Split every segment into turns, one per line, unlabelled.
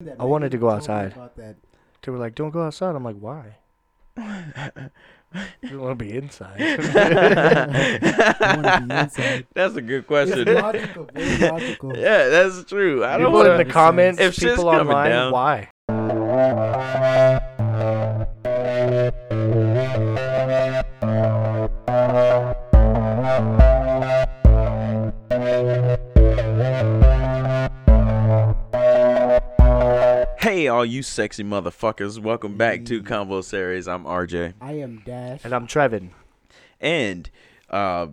that.
I wanted to
you
go
told me
outside.
About that.
They were like, "Don't go outside." I'm like, "Why? I want to be
inside.
that's a good
It's
question.
logical. Very logical.
Yeah, that's true. I don't
people in
want
the
to.
understand.
comments,
If shit's
people
coming
online,
down-
why?
Hey, all you sexy motherfuckers! Welcome back to
Mm.
Convo Series. I'm RJ,
I am Dash.
And I'm Trevin.
and uh,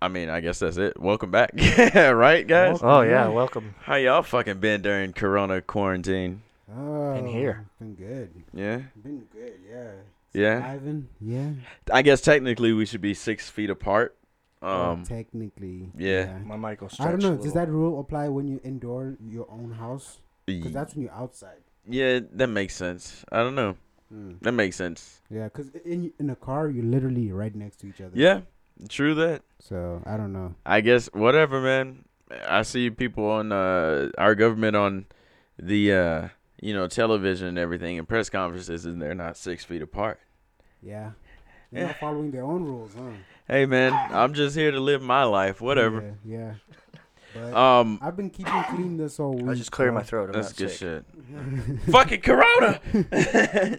I mean, I guess that's it. Welcome back, right, guys?
Oh yeah, welcome.
How y'all fucking been during Corona quarantine?
Oh,
here.
Been good.
Yeah,
Been good. Yeah.
yeah.
Ivan. Yeah.
I guess technically we should be six feet apart.
Oh,
Um,
technically.
yeah.
My mic will
I don't
stretch
know.
a
Does
little.
that rule apply when you indoor your own house? Because
y-
that's when you're outside.
yeah, that makes sense. I don't know.
Mm.
That makes sense.
Yeah, because in in a car you're literally right next to each other.
Yeah, true that.
So I don't know.
I guess whatever, man. I see people on uh, our government on the uh, you know television and everything and press conferences, and they're not six feet apart.
Yeah. They're not following their own rules, huh?
Hey, man, I'm just here to live my life. Whatever.
Yeah. yeah. But
Um,
I've been keeping clean this whole week.
I just cleared my
bro.
throat. I'm
that's
not
good
sick.
shit. Fucking Corona,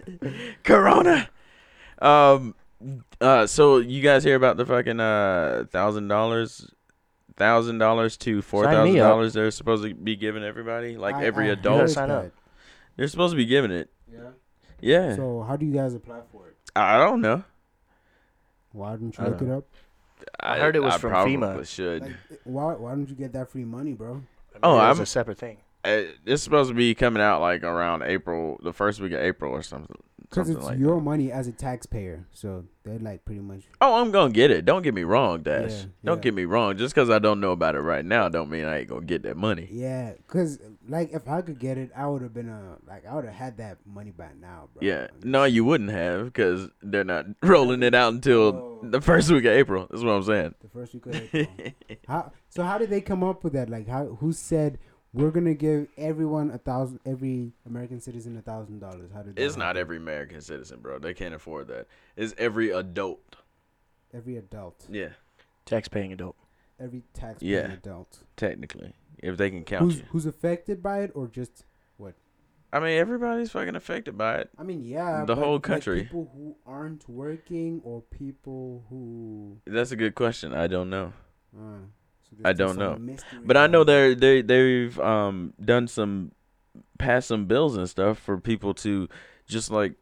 Corona. Um, uh, so you guys hear about the fucking uh thousand dollars? Thousand dollars to four
Sign
thousand
me up.
dollars. They're supposed to be giving everybody, like
I-
every
I
adult.
heard
sign up.
that.
They're supposed to be giving it.
Yeah.
Yeah,
So how do you guys apply for it?
I don't know.
Why didn't you
I
look it up?
I heard it was from
probably
FEMA.
Should
Like, why why don't you get that free money, bro?
Oh,
Maybe it was
I'm-
a separate thing.
Uh, it's supposed to be coming out like around April, the first week of April or something.
Because
something
it's
like
your
that.
money as a taxpayer, so they're like pretty much.
Oh, I'm gonna get it. Don't get me wrong, Dash.
Yeah,
Don't
yeah.
get me wrong. Just because I don't know about it right now, don't mean I ain't gonna get that money.
Yeah, cause like if I could get it, I would have been a like I would have had that money by now, bro.
Yeah, no, you wouldn't have because they're not rolling it out until
Oh.
the first week of April. That's what I'm saying.
The first week of April. how, so how did they come up with that? Like, how who said we're gonna give everyone a thousand, every American citizen a thousand dollars? How did that
It's not
happen?
every American citizen, bro. They can't afford that. It's every adult.
every adult,
Yeah,
Tax-paying adult.
every tax
Yeah.
adult
technically, if they can count
who's
you.
who's affected by it or just
I mean, everybody's fucking affected by it.
I mean, yeah,
The
but,
whole
like,
country.
people who aren't working or people who
That's a good question. I don't know.
uh, so
I
there's
don't
some
know.
mystery
But I know
behind it.
they're they they've um done some passed some bills and stuff for people to just like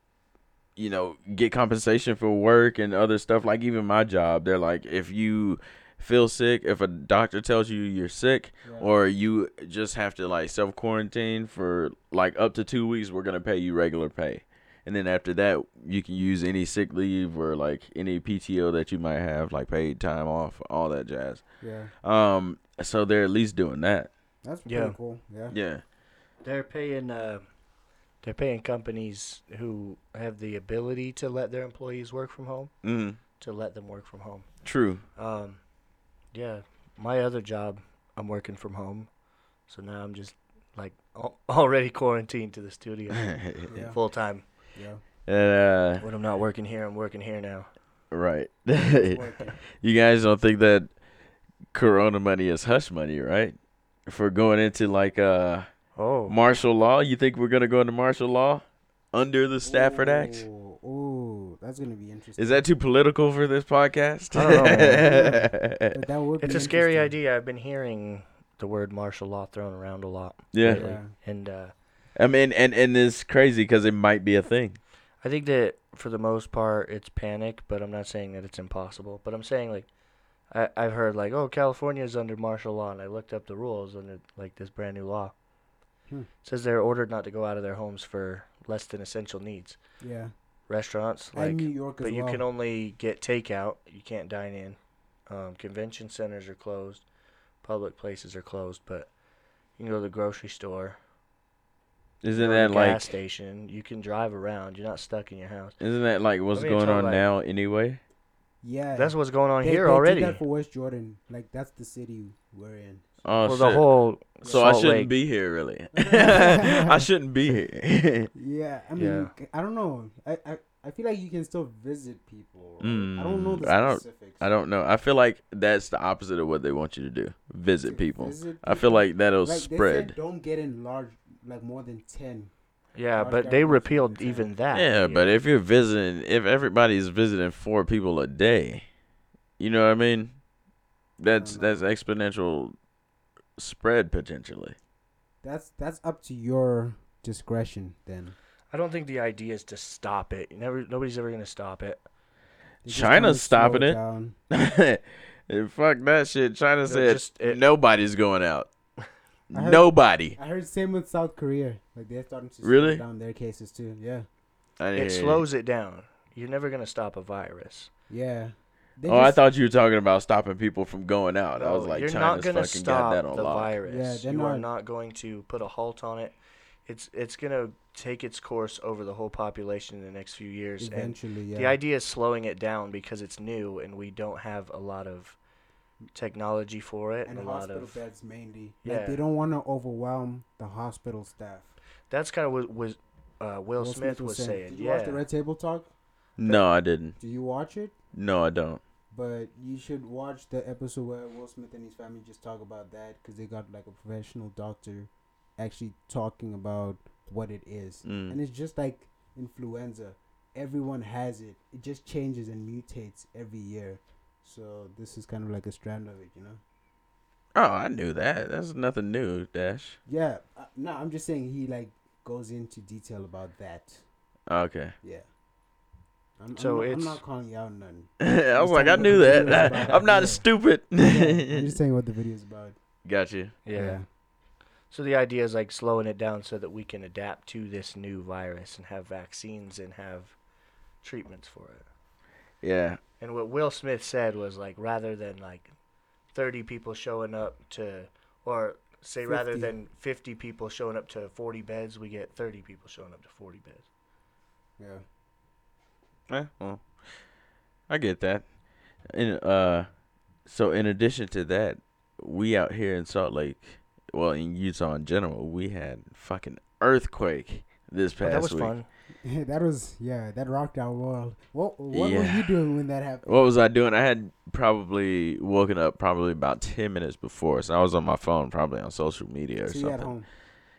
you know get compensation for work and other stuff like even my job they're like if you feel sick if a doctor tells you you're sick
Yeah.
or you just have to like self quarantine for like up to 2 weeks we're going to pay you regular pay and then after that you can use any sick leave or like any PTO that you might have like paid time off all that jazz
yeah,
um, so they're at least doing that.
that's pretty
Yeah.
cool. Yeah,
Yeah.
They're paying. Uh, they're paying companies who have the ability to let their employees work from home
Mm.
to let them work from home.
True.
Um, yeah, my other job, I'm working from home, so now I'm just like al- already quarantined to the studio
Yeah.
full time.
yeah,
uh,
When I'm not working here, I'm working here now.
right.
it's
you
working.
guys don't think that Corona money is hush money, right? For going into like uh
Oh,
martial law, you think we're gonna go into martial law under the Stafford Act?
Ooh, ooh, that's gonna be interesting.
Is that too political for this podcast?
I don't know,
But that would
it's
be
a scary
interesting.
idea. I've been hearing the word martial law thrown around a lot,
yeah.
idea. and uh,
I mean, and and it's crazy because it might be a thing.
I think that for the most part, it's panic. But I'm not saying that it's impossible. But I'm saying like. I, I've heard like, oh, California's under martial law, and I looked up the rules under like this brand new law.
Hmm.
says they're ordered not to go out of their homes for less than essential needs.
Yeah, yeah.
Restaurants,
and
like,
New York as
but you
well.
can only get takeout. You can't dine in. Um, convention centers are closed. Public places are closed, but you can go to the grocery store,
Isn't
go to
that
the
like
gas station. You can drive around. You're not stuck in your house.
isn't that like what's
I mean,
going
so,
on
like-
now anyway?
yeah,
That's what's going on
They-
here
they did
already.
that for West Jordan. Like that's the city we're in.
Oh,
well,
shit.
the whole
so I
Salt
shouldn't
Lake-
be here, really. I shouldn't be here.
Yeah, I mean,
Yeah.
I don't know. I, I I feel like you can still visit people. right? I don't know
Mm,
the
I don't-
specifics.
I don't know. I feel like that's the opposite of what they want you to do. Visit people.
Visit
I feel
people.
like that'll
Like, they said
spread.
don't get in large, like more than ten.
yeah,
Large
but they
governments
repealed
in the town.
even that.
Yeah, but if you're visiting, if everybody's visiting four people a day, you know what I mean? That's
know.
that's exponential spread potentially.
That's that's up to your discretion then.
I don't think the idea is to stop it. You never, nobody's ever gonna stop it.
They just
China's
wanna slow
stopping it.
down.
And fuck that shit. China said
just- it-
nobody's going out.
I heard-
Nobody.
I heard same with South Korea. Like they're starting to slow
Really?
down their cases too. Yeah,
I didn't
It
hear you.
slows it down. You're never gonna stop a virus.
yeah. They
Oh, I
just-
thought you were talking about stopping people from going out. I
No,
was like,
Oh, you're not
China's
gonna
fucking got
stop
that on
the
lock.
virus.
Yeah, they're
you are
not-
not going to put a halt on it. It's it's gonna take its course over the whole population in the next few years. And
eventually. Yeah.
the idea is slowing it down because it's new and we don't have a lot of technology for it and,
and
a lot
hospital
of
beds mainly. Like
Yeah.
they don't want to overwhelm the hospital staff.
that's kind of what was uh, Will, Smith, was
saying-
saying.
Did you
Yeah,
watch the Red Table Talk?
No, I didn't.
Do you watch it?
No, I don't.
But you should watch the episode where Will Smith and his family just talk about that because they got like a professional doctor actually talking about what it is.
Mm.
And it's just like influenza. Everyone has it. It just changes and mutates every year. So this is kind of like a strand of it, you know?
Oh, I knew that. That's nothing new, Dash.
Yeah. Uh, no, I'm just saying he like goes into detail about that.
Okay.
Yeah. I'm,
So
I'm, not,
it's-
I'm not calling you out none.
I was
Just
like, I
tell me
knew
what the video is
that.
about.
I'm not
Yeah.
stupid.
Yeah, I'm just saying what the video is about. Um,
Got you.
yeah. So the idea is like slowing it down so that we can adapt to this new virus and have vaccines and have treatments for it.
Yeah.
And what Will Smith said was like rather than like 30 people showing up to or say rather
50.
than 50 people showing up to 40 beds, we get 30 people showing up to 40 beds.
Yeah.
Eh, well, I get that. And uh, so in addition to that, we out here in Salt Lake, well, in Utah in general, we had fucking earthquake this
But
past
Oh, that was
week.
fun.
Yeah, that was yeah, that rocked our world. What what were
Yeah.
you doing when that happened?
What was I doing? I had probably woken up probably about ten minutes before, so I was on my phone, probably on social media or
so you
something.
at home.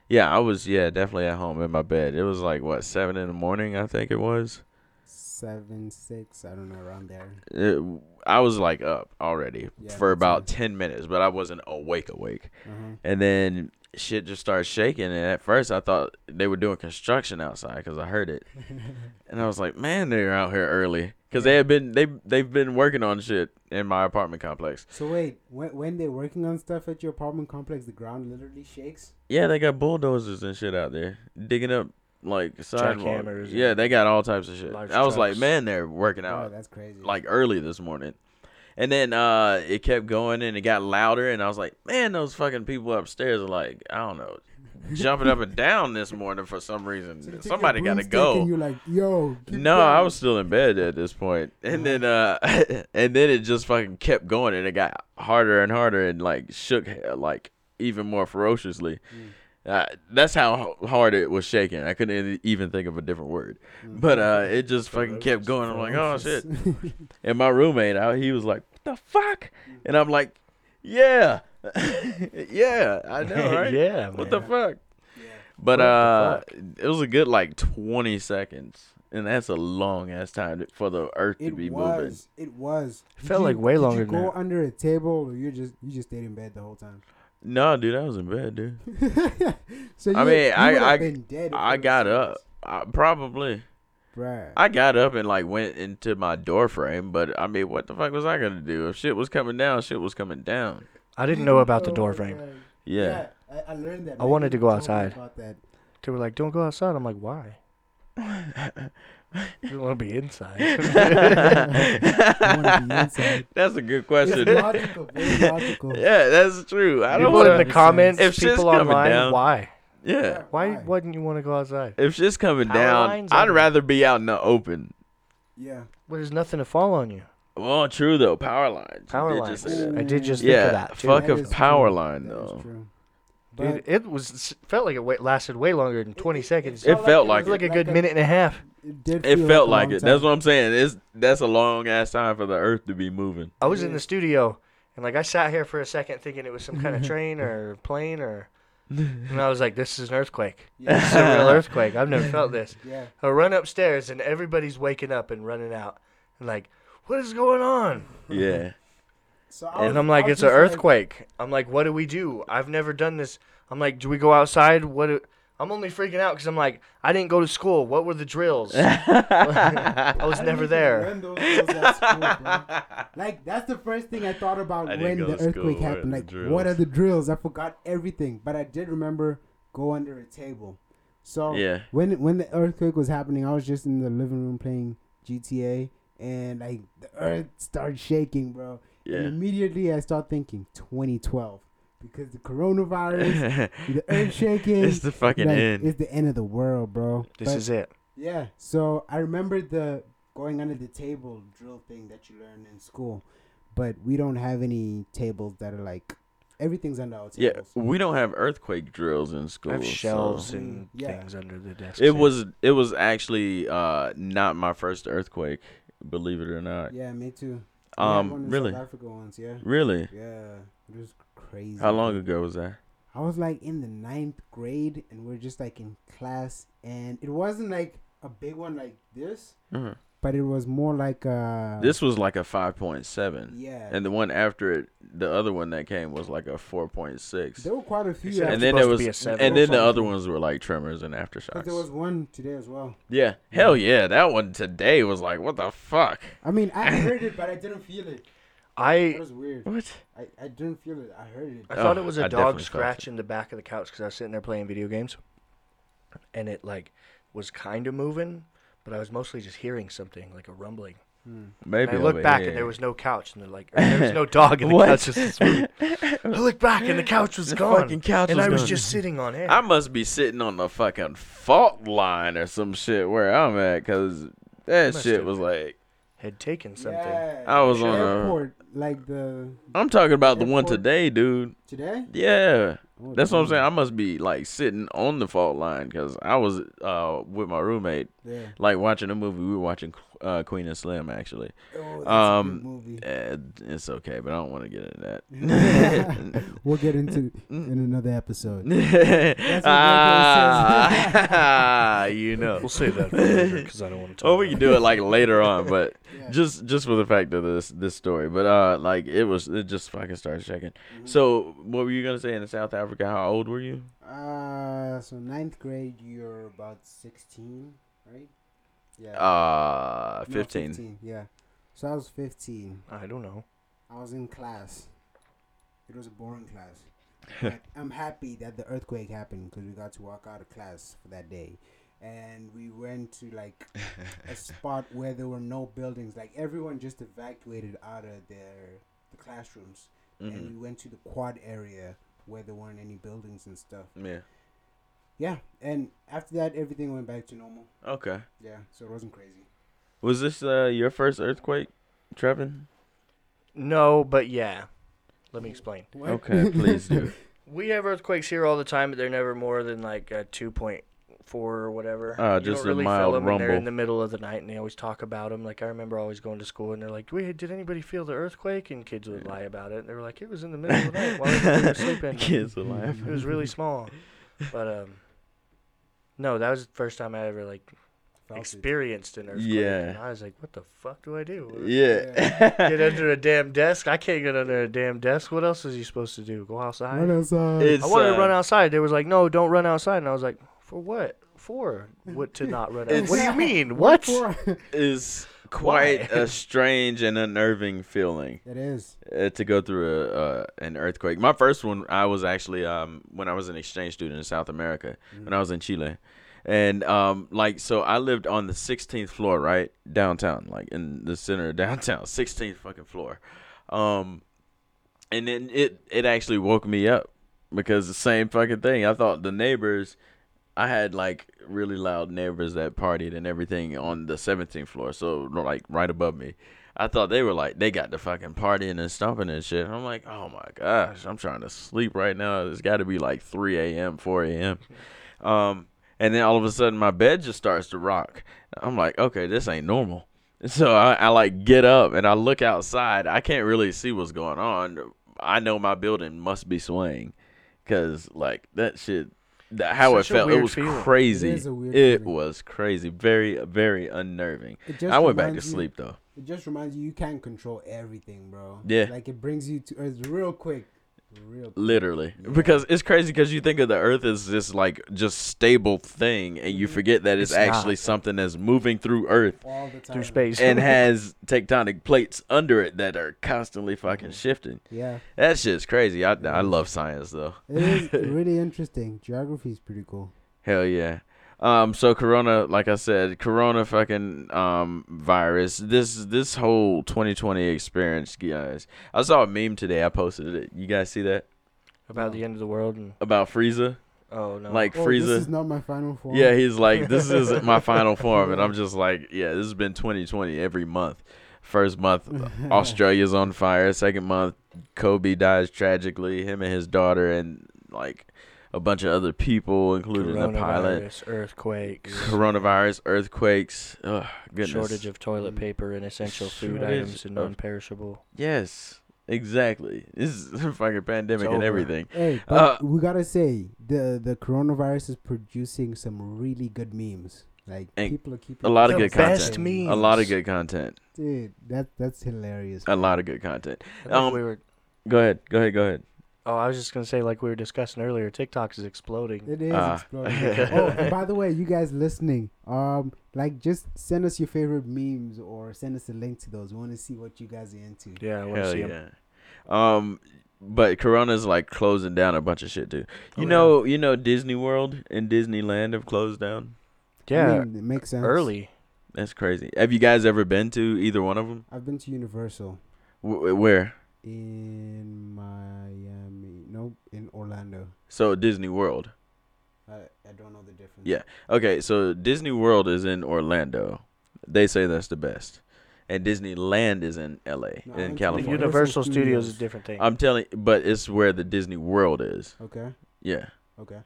Yeah, I was. Yeah, definitely at home in my bed. It was like what seven in the morning, I think it was.
Seven, six, I don't know, around there.
It, I was like up already
Yeah,
for
me
about ten minutes, but I wasn't awake awake.
Uh-huh.
And then shit just started shaking, and at first I thought they were doing construction outside because I heard it, and I was like, man, they're out here early because they had been they they've been working on shit in my apartment complex.
So wait, when when they're working on stuff at your apartment complex, the ground literally shakes.
Yeah, they got bulldozers and shit out there digging up like sidewalk.
Jackhammers
Yeah,
and
they got all types of shit.
large
I was like,
trucks.
man, they're working
Wow,
out
Oh, that's crazy.
like early this morning. And then uh it kept going and it got louder and I was like, Man, those fucking people upstairs are like, I don't know, jumping up and down this morning for some
So you
reason.
take your
Somebody gotta
broomstick And
go.
you're like, yo. keep
No, I
going."
was still in bed at this point. And then uh and then it just fucking kept going and it got harder and harder and like shook like even more ferociously.
Mm.
Uh, that's how h- hard it was shaking. I couldn't e- even think of a different word,
Mm.
but uh, it just fucking kept going. I'm like, oh shit! And my roommate, I, he was like, "What the fuck?" And I'm like, "Yeah, yeah, I know, right?
yeah,
what
man.
the fuck?"
Yeah.
But
the
uh, it was a good like 20 seconds, and that's a long ass time for the Earth to
It
be moving.
was. It was. Did
Felt like way
did
longer
You
than
go
that.
under a table, or you just you just stayed in bed the whole time.
No, dude, I was in bed, dude.
so you,
I mean,
you
I-
would've
I-
been dead if
I
it was
got
serious.
up, I, probably.
Bruh.
I got up and like went into my door frame, but I mean, what the fuck was I gonna do? If shit was coming down, shit was coming down.
I didn't know about the
Oh
door
my
frame.
God.
Yeah.
I, I learned that.
I
man.
wanted to
You
go
told me
outside.
About that.
They were like, "Don't go outside." I'm like, "Why?" you want to be inside.
inside.
that's a good
It's
question.
logical, very logical.
yeah, that's true. I don't
people
want
in the
understand.
comments,
If shit's
people
coming
online,
down-
why?
Yeah.
Why
Why?
wouldn't you want to go outside?
If shit's coming
Power
down,
lines
I'd
and-
rather be out in the open.
Yeah.
Well, there's nothing to fall on you.
Well, true though. Power lines.
Power
You did
lines.
just say that.
I did just
Yeah,
think of that. Too.
fuck
That
a
is
power
true.
line,
That is
though.
true.
Dude,
But
it was felt like it wa- lasted way longer than 20 seconds.
It felt like
It was like a good minute and a half.
It, did
It
feel
felt
a
like
long
it. That's
time.
what I'm saying. It's that's a long ass time for the Earth to be moving.
I was in the studio and like I sat here for a second thinking it was some kind of train or plane or and I was like, This is an earthquake. This is a real earthquake. I've never felt this.
Yeah.
I run upstairs and everybody's waking up and running out and like, What is going on?
Yeah.
So I was-
And I'm
I
like,
was
It's an
just
earthquake. I'm like, What do we do? I've never done this. I'm like, Do we go outside? What do I'm only freaking out because I'm like, I didn't go to school. What were the drills? I was
I
never
didn't
there.
even learn those things at school, bro. like that's the first thing I thought about
I didn't
when
go
the
to school,
earthquake
what are
happened.
the
Like,
drills?
what are the drills? I forgot everything, but I did remember go under a table. So
Yeah.
when when the earthquake was happening, I was just in the living room playing GTA, and like the earth started shaking, bro. And
Yeah.
immediately I start thinking 2012 because the coronavirus, the earth
it's
shaking.
the fucking
like,
end.
It's the end of the world, bro.
This
But-
is it.
yeah. So I remember the going under the table drill thing that you learn in school, but we don't have any tables that are like everything's under our
Yeah.
tables.
We don't have earthquake drills in school.
I have
so- Hmm.
shelves
so-
and
Yeah.
things under the desk.
It was it was actually uh not my first earthquake, believe it or not.
Yeah, me too. We had one
Um
in
really.
South Africa once, yeah.
Really?
Yeah, it was crazy.
How long
dude.
ago was that?
I was like in the ninth grade, and we are just like in class, and it wasn't like a big one like this, but it was more like uh
This was like a 5.7.
Yeah,
And the one after it, the other one that came was like a 4.6.
there were quite a few.
said
actually,
And then there
supposed to
was
be a seven.
and then the
Something.
other ones were like tremors and
but there was
aftershocks.
one today as well.
Yeah. Hell yeah, that one today was like what the fuck?
I mean, I heard it, but I didn't feel it. That
I
was weird.
What?
I, I didn't feel it. I heard it.
I thought
Oh,
it was a
I
dog
definitely felt
scratch in the back of the couch because I was sitting there playing video games, and it like was kind of moving, but I was mostly just hearing something like a rumbling. And
Maybe
I looked
over
back
here.
and there was no couch, and they're like, or there was no dog in the
What?
couch. It was just moving. I looked back and the couch was
The
gone,
fucking couch
and
was
I was
gone.
just sitting on air.
I must be sitting on the fucking fault line or some shit where I'm at, cause that
Must
shit
have.
was like
had taken something.
Yeah.
I was
The
on a-
airport, like the
I'm talking about the one
Airport.
today, dude.
today.
Yeah,
Oh,
that's what I'm
damn.
saying. I
Mm-hmm.
must be like sitting on the fault line, cause I was uh with my roommate
Yeah.
like watching a movie. We were watching uh, Queen and Slim actually.
Oh, that's a
Um,
good movie.
Eh, it's okay, but I don't want to get into that.
We'll get into it in another episode. what
ah, you know.
We'll say that because I don't want to talk.
Or we can do it like later on, but
Yeah.
just just for the fact of this this story. But uh, like it was it just fucking started shaking.
Mm-hmm.
So what were you gonna say in South Africa? How old were you?
Uh, so ninth grade, you're about sixteen, right? Yeah.
Uh,
No,
fifteen.
Yeah. So I was fifteen.
I don't know.
I was in class. It was a boring class. But I'm happy that the earthquake happened because we got to walk out of class for that day. And we went to like a spot where there were no buildings. Like everyone just evacuated out of their the classrooms.
Mm-hmm.
And we went to the quad area where there weren't any buildings and stuff.
Mhm. Yeah.
Yeah. And after that, everything went back to normal.
Okay.
Yeah. So it wasn't crazy.
Was this uh your first earthquake, Trevin?
No, but yeah. Let me explain.
Okay, please do.
We have earthquakes here all the time, but they're never more than like a two point four or whatever.
Ah,
You
just
don't
a
really feel
mild
'em when They're in
rumble.
the middle of the night, and they always talk about them. Like I remember always going to school, and they're like, "Wait, did anybody feel the earthquake?" And kids would lie about it. And they were like, "It was in the middle of the night while everybody was sleeping.
Kids will laugh.
It was really small." But um, no, that was the first time I ever like
Felt it.
experienced an earthquake.
Yeah.
and I was like, "What the fuck do I do?"
Yeah.
Get under a damn desk? I can't get under a damn desk. What else is you supposed to do? Go outside?
Run outside.
It's,
I wanted
uh,
to run outside. They was like, "No, don't run outside." And I was like, "For what? For what to not run out?
It's-
What do you mean? What?"
it
is quite
Why?
a strange and unnerving feeling
is.
uh, to go through a, uh, an earthquake. My first one, I was actually um, when I was an exchange student in South America, when I was in Chile, and um, like so, I lived on the 16th floor, right downtown, like in the center of downtown, 16th fucking floor, um, and then it it actually woke me up because the same fucking thing. I thought the neighbors. I had like really loud neighbors that partied and everything on the 17th floor, so like right above me. I thought they were like they got the fucking partying and stomping and shit. I'm like, oh my gosh, I'm trying to sleep right now. It's got to be like 3 a.m., 4 a.m. Um, and then all of a sudden my bed just starts to rock. I'm like, okay, this ain't normal. So I, I like get up and I look outside. I can't really see what's going on. I know my building must be swaying, cause like that shit. That, how
Such
it
a
felt, it
weird
was
feeling. It
crazy.
is a weird
it
feeling.
was crazy, very, very unnerving.
It just
I went back to
reminds you-
sleep though.
It just reminds you you can't control everything, bro.
Yeah.
Like it brings you to earth real quick. Real quick.
literally
Yeah.
because it's crazy because you think of the earth as this like just stable thing and you forget that it's,
It's
actually
not.
something that's moving through earth
all the time.
through space
and has tectonic plates under it that are constantly fucking shifting
Yeah.
that shit's crazy i, I love science though
It is really interesting. Geography is pretty cool.
Hell yeah. Um, so Corona, like I said, Corona fucking um virus. This this whole 2020 experience, guys. I saw a meme today. I posted it. You guys see that
about the end of the world and
about Frieza?
oh no
Like
Oh,
Frieza.
this is not my final form.
Yeah, he's like, this isn't my final form, and I'm just like, yeah, this has been 2020 every month. First month, Australia's on fire. Second month, Kobe dies tragically. Him and his daughter, and like a bunch of other people, including the pilot.
Coronavirus, earthquakes
Coronavirus, earthquakes. Ugh, goodness.
shortage of toilet
Mm.
paper and essential food
Shortage
items and
of-
non-perishable
yes, exactly. This is a fucking pandemic and
over.
everything.
Hey,
Uh,
but we gotta say the the coronavirus is producing some really good memes. Like
And
people are keeping
a lot of
The
good
best
content.
memes.
A lot of good content.
Dude, that that's hilarious.
A lot of good content.
Like
Um,
we were
Go ahead. Go ahead. Go ahead.
oh i was just gonna say like we were discussing earlier tiktok is exploding
It is
Ah.
exploding. oh, and by the way, you guys listening, um, like just send us your favorite memes or send us a link to those. We want to see what you guys are into.
yeah i want to
Hell
see 'em.
yeah. Um, but Corona's like closing down a bunch of shit too.
Oh,
You
yeah.
know, you know, Disney World and Disneyland have closed down.
yeah
I mean, it makes sense.
early
That's crazy. Have you guys ever been to either one of them?
I've been to Universal
W- where?
in Miami. No, in Orlando.
So Disney World.
I, I don't know the difference.
Yeah. Okay, so Disney World is in Orlando. They say that's the best, and Disneyland is in L.A.
No, I went
in
to California.
The
California.
Universal
universal studios is a
Studios.
different thing
I'm telling, but it's where the Disney World is.
Okay.
Yeah.
Okay.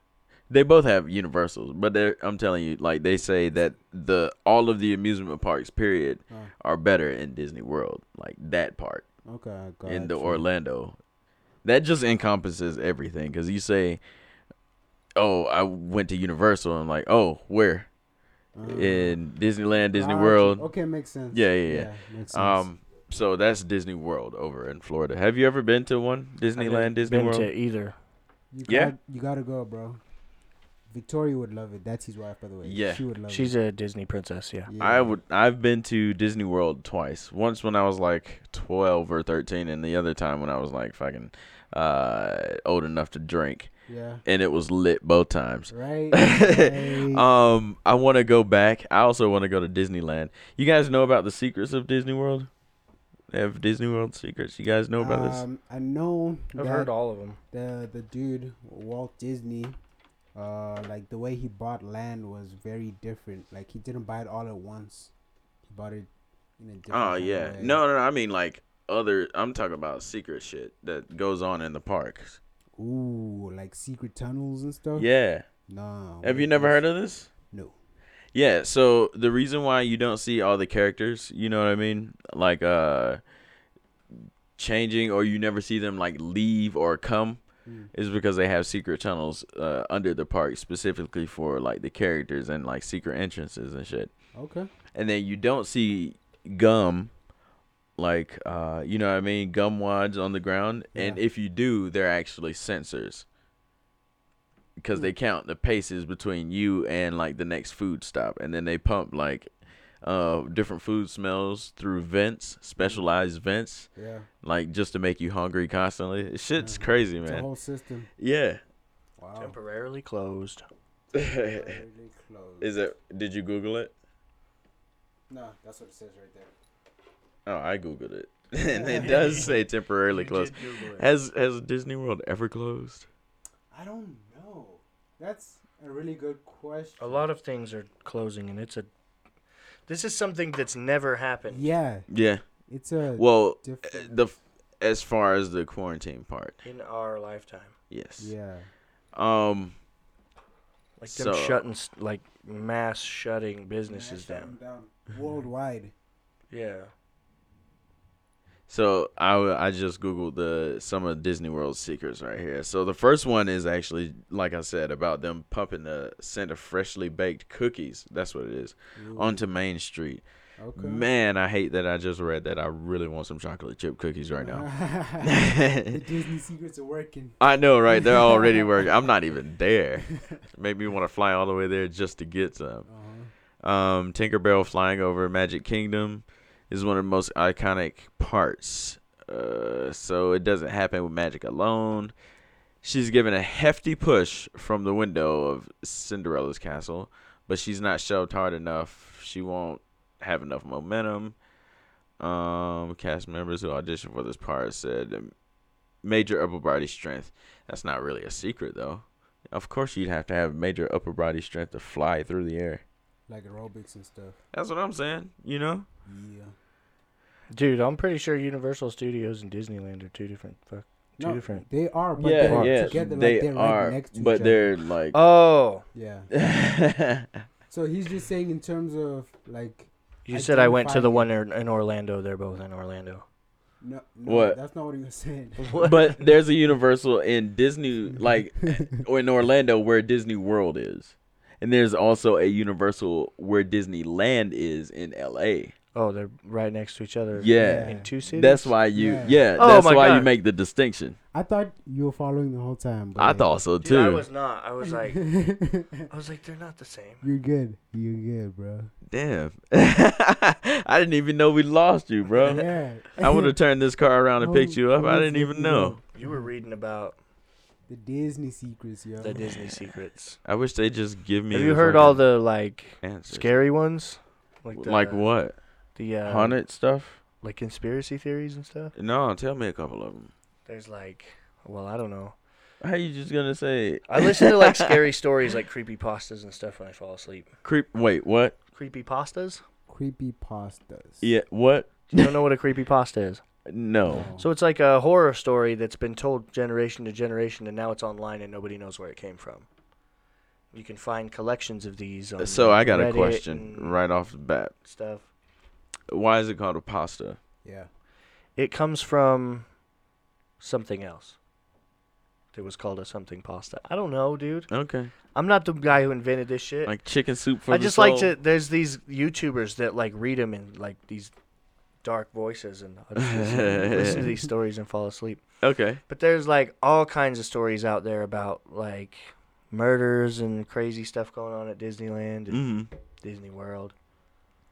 They both have universals, but they're, I'm telling you, like they say that the all of the amusement parks, period,
Oh.
are better in Disney World, like that part
Okay. I Got
in the
you.
Orlando. That just encompasses everything, because you say, "Oh, I went to Universal," and like, "Oh, where
Ah.
in Disneyland, Disney
Got you.
World?"
Ah, Okay, makes sense.
Yeah, yeah, yeah.
makes sense.
Um, so that's Disney World over in Florida. Have you ever been to one
I've never
Disneyland, Disney
been
World?
to either
you
yeah.
Got, you gotta go, bro. Victoria would love it. That's his wife, by the way.
Yeah.
She would love
she's
it.
a disney princess yeah
I
Yeah.
would. I've been to Disney World twice. Once when I was like twelve or thirteen, and the other time when I was like fucking uh, old enough to drink,
Yeah.
and it was lit both times.
Right. right.
Um, I want to go back. I also want to go to Disneyland. You guys know about the secrets of Disney World? They have Disney World secrets. You guys know about this?
Um, I know
i've
that
heard all of them
the the dude Walt Disney, uh, like the way he bought land was very different. Like he didn't buy it all at once. He bought it in a different.
Oh
kinda
yeah.
way.
No, no, no. I mean like other. I'm talking about secret shit that goes on in the parks.
Ooh, like secret tunnels and stuff.
Yeah.
No.
Have you never heard of this?
No.
Yeah, so the reason why you don't see all the characters, you know what I mean? Like uh changing or you never see them like leave or come
Mm.
is because they have secret tunnels uh under the park specifically for like the characters and like secret entrances and shit.
Okay.
And then you don't see gum like uh you know what I mean, gum wads on the ground and
Yeah.
if you do, they're actually sensors. Because they count the paces between you and like the next food stop, and then they pump like uh different food smells through vents, specialized vents,
Yeah.
like just to make you hungry constantly. Shit's
Yeah.
crazy,
It's a
man.
whole system.
Yeah.
Oh.
Wow.
temporarily closed
Is
Really close.
it? Did you Google it?
No, that's what it says right there.
Oh, I googled it, and it does say temporarily closed. Has Has Disney World ever closed?
I don't know. That's a really good question.
a lot of things are closing and it's a this is something that's never happened
Yeah.
Yeah.
It's a
Well,
different.
the as far as the quarantine part,
in our lifetime.
yes.
yeah.
Um,
Like them
So-
shutting, s- like mass shutting businesses
Yeah,
down.
shut 'em worldwide.
Yeah.
so I w- I just googled the some of Disney World secrets right here. So the first one is actually like I said about them pumping the scent of freshly baked cookies. That's what it is
Ooh,
onto Main Street.
okay.
Man, I hate that I just read that. I really want some chocolate chip cookies right now.
the Disney secrets are working.
I know, right? They're already working. I'm not even there. Made me want to fly all the way there just to get some.
Uh-huh.
Um, Tinkerbell flying over Magic Kingdom is one of the most iconic parts. Uh, so it doesn't happen with magic alone. She's given a hefty push from the window of Cinderella's castle, but she's not shoved hard enough. She won't have enough momentum. Um, cast members who auditioned for this part said um, major upper body strength. That's not really a secret, though. Of course, you'd have to have major upper body strength to fly through the air.
Like aerobics and stuff.
That's what I'm saying. You know,
Yeah.
Dude, I'm pretty sure Universal Studios and Disneyland are two different. Fuck, two different.
They are, but they're together. like they're right next to each
but
other.
they're like.
Oh,
Yeah.
yeah,
So he's just saying in terms of like.
you said I went to the
Identifying
one in, in Orlando. They're both in Orlando.
No, no
What?
That's not what he was saying.
but there's a Universal in Disney, like, or in Orlando where Disney World is, and there's also a Universal where Disneyland is in L.A.
Oh, they're right next to each other.
Yeah.
In two cities.
That's why you,
Yeah.
yeah,
Oh
that's
my
why you
God.
make the distinction.
I thought you were following the whole time. But
I
like-
thought so
Dude, I
too.
was not. I was like, I was like, they're not the same.
You're good. You're good, bro.
Damn, I didn't even know we lost you, bro.
Yeah.
I would have turned this car around and
Oh,
picked you up. I
yes,
didn't
yes,
even
you
know.
did.
You were reading about
The Disney secrets, yo.
the Disney secrets.
I wish they just give me.
Have you heard all the like
fucking answers.
scary ones?
Like,
the-
what?
The uh,
Haunted stuff?
like conspiracy theories and stuff.
No, tell me a couple of them.
There's like, well, I don't know.
How you just gonna say?
I listen to like scary stories, like creepy pastas and stuff, when I fall asleep.
Creep. Wait, what?
Creepy pastas?
Creepy pastas.
Yeah, what?
You don't know what a creepy pasta is?
No.
Oh.
So it's like a horror story that's been told generation to generation, and now it's online, and nobody knows where it came from. You can find collections of these. On
So I got
Reddit
a question
and
right off the bat.
Stuff.
Why is it called a pasta?
yeah.
It comes from something else. It was called a something pasta. I don't know, dude.
Okay,
I'm not the guy who invented this shit.
like chicken soup for
I
the
just like to.
soul?
There's these YouTubers that like read them in like these dark voices, and I just listen, listen to these stories and fall asleep.
Okay.
But there's like all kinds of stories out there about like murders and crazy stuff going on at Disneyland and
Mm.
Disney World,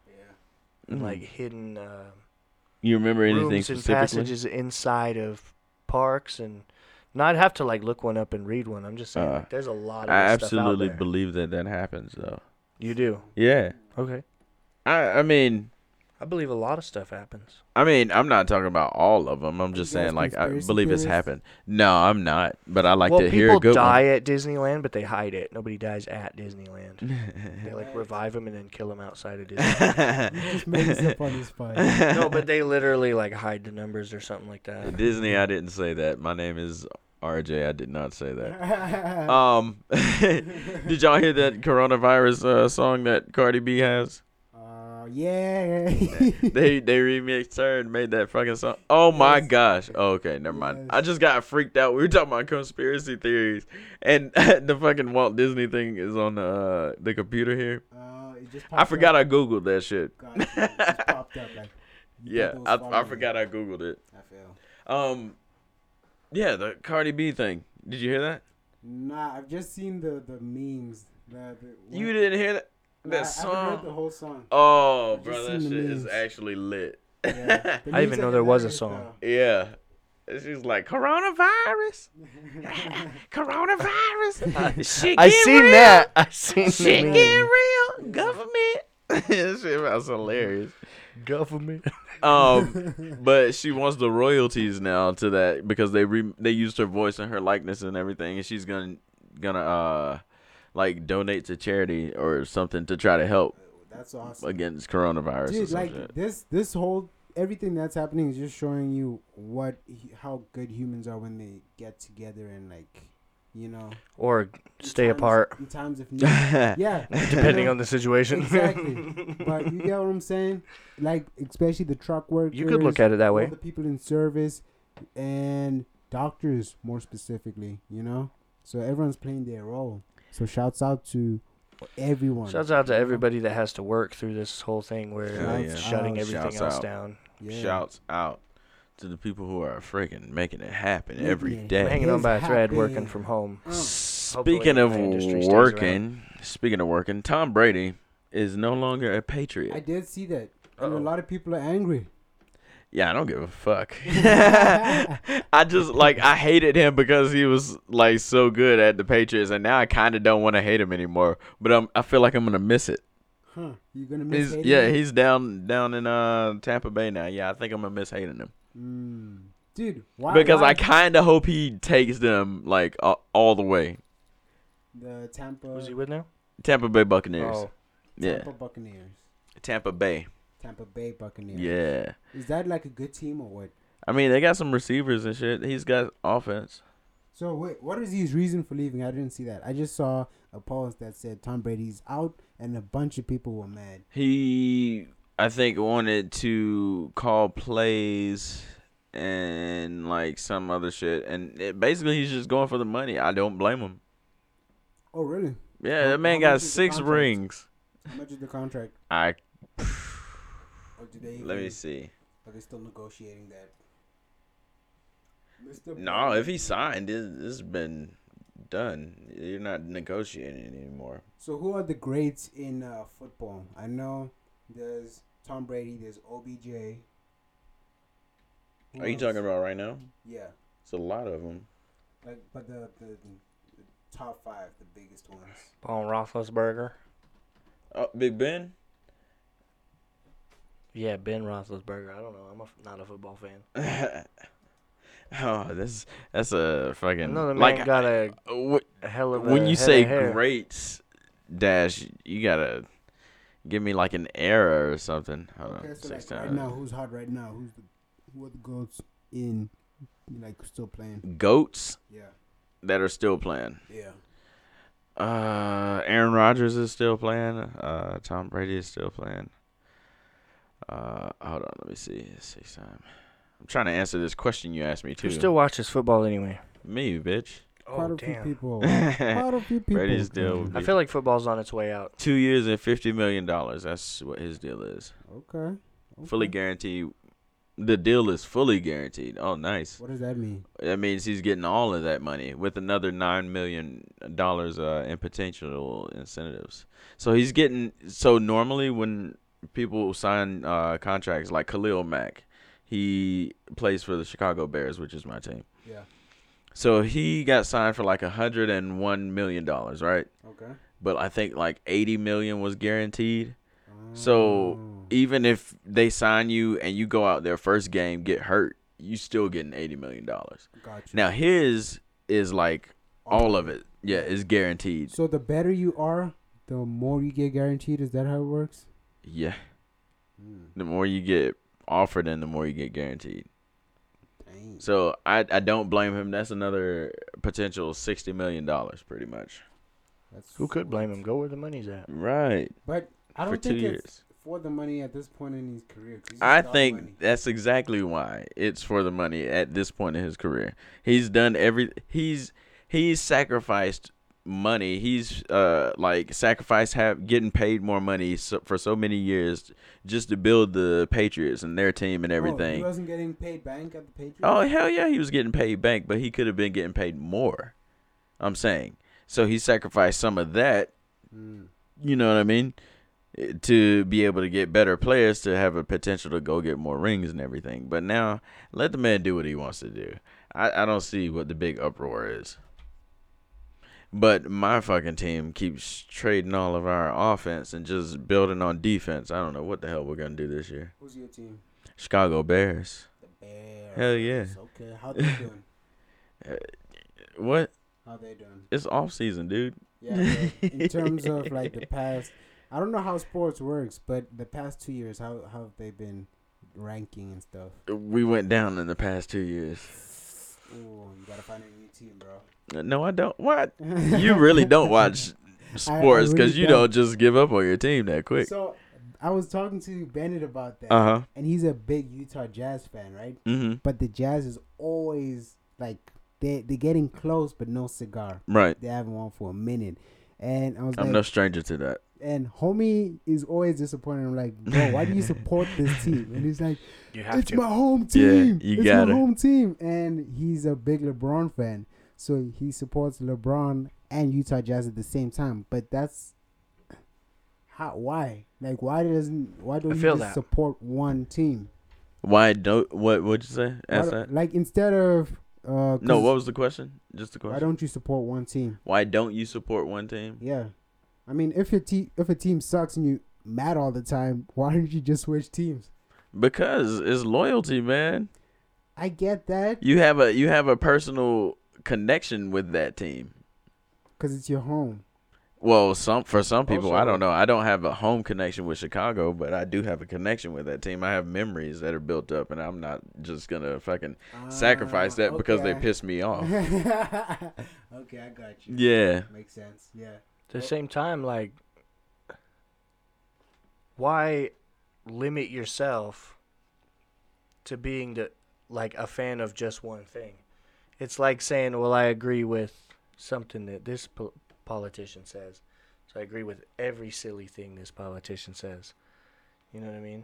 Yeah.
and
Mm.
like hidden uh,
you remember anything
rooms and
specifically?
passages inside of parks and. No, I'd have to like look one up and read one. I'm just saying,
Uh,
like, there's a lot of
I
this stuff out
absolutely
there.
believe that that happens though.
you do.
Yeah.
Okay.
I I mean
I believe a lot of stuff happens.
I mean I'm not talking about all of them. I'm just
guys
saying like I
conspiracy
believe it's
theorists?
happened. No, I'm not. But I like
well,
to
people
hear a good
die at Disneyland, but they hide it. Nobody dies at Disneyland.
one.
They like revive them and then kill them outside of Disney.
You just made this up on the spot.
no, but they literally like hide the numbers or something like that.
Disney, I didn't say that. My name is RJ. I did not say that.
uh,
Um, did y'all hear that coronavirus uh, song that Cardi B has?
Uh, yeah.
They they remixed her and made that fucking song. Oh my
Yes.
gosh. Oh, okay, never mind. I
Yes.
just got freaked out. We were talking about conspiracy theories, and the fucking Walt Disney thing is on the uh, the computer here.
Uh, it just
I
popped
forgot
Up.
I googled that shit.
God, it just popped up like. you
Yeah,
thought it
I
was
I
following.
forgot I googled it.
I feel.
Um, yeah, the Cardi B thing. Did you hear that?
Nah, I've just seen the the memes. The, the,
You didn't hear that
Nah, I
that
haven't heard
song?
the whole song.
Oh,
I've
bro,
just
that
seen
shit
the
is
memes.
actually lit.
Yeah. The
I didn't
memes
even
are
know there was a
hilarious,
song.
Yeah. It's just like coronavirus,
though.
coronavirus. shit
I
get
seen
real.
that. I seen
Shit
man.
that.
get real. Government. that shit was hilarious.
Government.
Um, but she wants the royalties now to that because they re- they used her voice and her likeness and everything, and she's gonna gonna uh like donate to charity or something to try to help
That's awesome.
against coronavirus. or
Dude,
some
like
shit.
this this whole everything that's happening is just showing you what he- how good humans are when they get together and like, you know,
or stay
times-
apart,
in times of need. yeah,
depending
know,
on the situation.
exactly. But you get what I'm saying? Like, especially the truck workers.
you could look at it that
all
way.
the people in service and doctors, more specifically. You know, so everyone's playing their role. So shouts out to everyone.
Shouts out to
you know?
everybody that has to work through this whole thing where
Hell
it's
yeah.
shutting
Shouts
everything
out.
else
Shouts out.
down.
Yeah.
Shouts out to the people who are freaking making it happen
Making
every
it
day.
Hanging on
It's
by a thread, working
happening.
from home.
Oh.
Speaking
Hopefully
of
the industry stays
working, speaking of working, Tom Brady is no longer a Patriot.
I did see that. And
Uh-oh.
a lot of people are angry.
Yeah, I don't give a fuck. I just like I hated him because he was like so good at the Patriots, and now I kind of don't want to hate him anymore. But um, I feel like I'm gonna miss it.
Huh. You're going to miss
He's,
hating
yeah,
him?
he's down down in uh Tampa Bay now. Yeah, I think I'm gonna miss hating him
Mm. Dude, why?
because
why
I kind of hope he takes them like uh, all the way.
The Tampa,
Was he with now?
Tampa Bay Buccaneers.
Oh,
yeah,
Tampa Buccaneers.
Tampa Bay.
Tampa Bay Buccaneers.
Yeah,
Is that like a good team or what?
I mean they got some receivers and shit. He's got offense.
So, wait, what is his reason for leaving? I didn't see that. I just saw a post that said Tom Brady's out and a bunch of people were mad.
He, I think, wanted to call plays and like some other shit, and it, basically he's just going for the money. I don't blame him.
Oh, really?
Yeah,
How-
that man
how
got
much is the
six
contract?
rings.
How much is the contract?
I
Or do they
let me
even-
see.
Are they still negotiating that? Mr.
No,
Brady.
if he signed, it, it's been done. You're not negotiating anymore.
So who are the greats in uh, football? I know there's Tom Brady, there's OBJ. Who
Are you
else?
talking about right now?
Yeah,
It's a lot of them.
like but the, the the top five, the biggest
Uh,
ones.
Paul Roethlisberger.
Oh, Big Ben.
Yeah, Ben Roethlisberger. I don't know. I'm a f not a football fan.
oh, this that's a fucking
Another man
like
got a,
wh-
a hell of a
when you
head
say
of hair.
greats dash you gotta give me like an era or something hold on
okay, so
six uh,
like right
times.
now, who's hot right now? Who's the who are the goats in like still playing?
goats
Yeah,
that are still playing
yeah.
uh aaron Rodgers is still playing uh tom brady is still playing uh hold on let me see six time i'm trying to answer this question you asked me too
Who still watches football anyway?
me bitch
Quite
Oh
a few
damn!
people. Quite a few people.
Brady's deal would
I
be-
feel like football's on its way out.
two years and 50 million dollars that's what his deal is
Okay. okay.
fully guaranteed the deal is fully guaranteed oh nice
What does that mean?
That means he's getting all of that money with another nine million dollars uh, in potential incentives. So he's getting. So normally when people sign uh, contracts like Khalil Mack, he plays for the Chicago Bears, which is my team.
Yeah.
So he got signed for like a hundred and one million dollars, right?
Okay.
But I think like eighty million was guaranteed. So, e-
Oh.
Even if they sign you and you go out there first game, get hurt, you still getting eighty million dollars.
gotcha.
Now his is like all of it. Yeah, is guaranteed.
So the better you are, the more you get guaranteed. Is that how it works?
Yeah. The more you get offered and the more you get guaranteed.
Dang.
So I I don't blame him. That's another potential sixty million dollars pretty much.
That's
Who could blame him? Go where the money's at.
Right.
But I
For
don't
two
think it's
years.
for the money at this point in his career. 'cause he's
I
got
think
money. Oh,
that's exactly why it's for the money at this point in his career. He's done every he's he's sacrificed money. He's uh like sacrificed have getting paid more money so, for so many years just to build the Patriots and their team and
Oh,
everything.
he wasn't getting paid bank at the Patriots.
Oh hell yeah, he was getting paid bank, but he could have been getting paid more. I'm saying. So he sacrificed some of that,
Mm.
you know what I mean? eh, To be able to get better players to have a potential to go get more rings and everything. But now let the man do what he wants to do. I, I don't see what the big uproar is. But my fucking team keeps trading all of our offense and just building on defense. I don't know what the hell we're gonna do this year.
Who's your team?
Chicago Bears.
The Bears.
Hell yeah.
Okay, how they doing?
What?
How they doing?
It's off season, dude.
Yeah. but in terms of like the past, I don't know how sports works, but the past two years, how how have they been? ranking and stuff.
We went down in the past two years.
Ooh, you gotta find a new team, bro.
No, I don't. What? You really don't watch sports because
really
you
don't.
don't just give up on your team that quick.
So I was talking to Bennett about that,
Uh huh.
and he's a big Utah Jazz fan, right?
Mm
But the Jazz is always like they they're getting close, but no cigar.
hmm. Right.
They haven't won for a minute, and I was
I'm
like,
no stranger to that.
and homie is always disappointed. I'm like, bro, why do you support this team? And he's like,
You have
it's
to.
my home
Yeah,
team.
you
it's
gotta.
my home team, and he's a big LeBron fan, so he supports LeBron and Utah Jazz at the same time. But that's how why like why doesn't why don't
I
you
feel
just
that.
support one team?
Why don't? What? What'd you say?
Why
Ask
don't-
that.
like instead of uh, 'cause
No. What was the question? Just the
why
question.
don't you support one team?
Why don't you support one team?
Yeah, I mean if your te- if a team sucks and you mad all the time, why don't you just switch teams?
Because it's loyalty, man.
I get that
You have a you have a personal connection with that team.
because it's your home.
Well, some for some
Oh,
people, I
Also-
don't know. I don't have a home connection with Chicago, but I do have a connection with that team. I have memories that are built up, and I'm not just gonna fucking sacrifice that
Ah,
because they pissed me off.
okay, I got you.
yeah,
Makes sense. Yeah.
At the same time, like, why limit yourself to being the like a fan of just one thing? It's like saying, "Well, I agree with something that this po- politician says, so I agree with every silly thing this politician says." You know what I mean?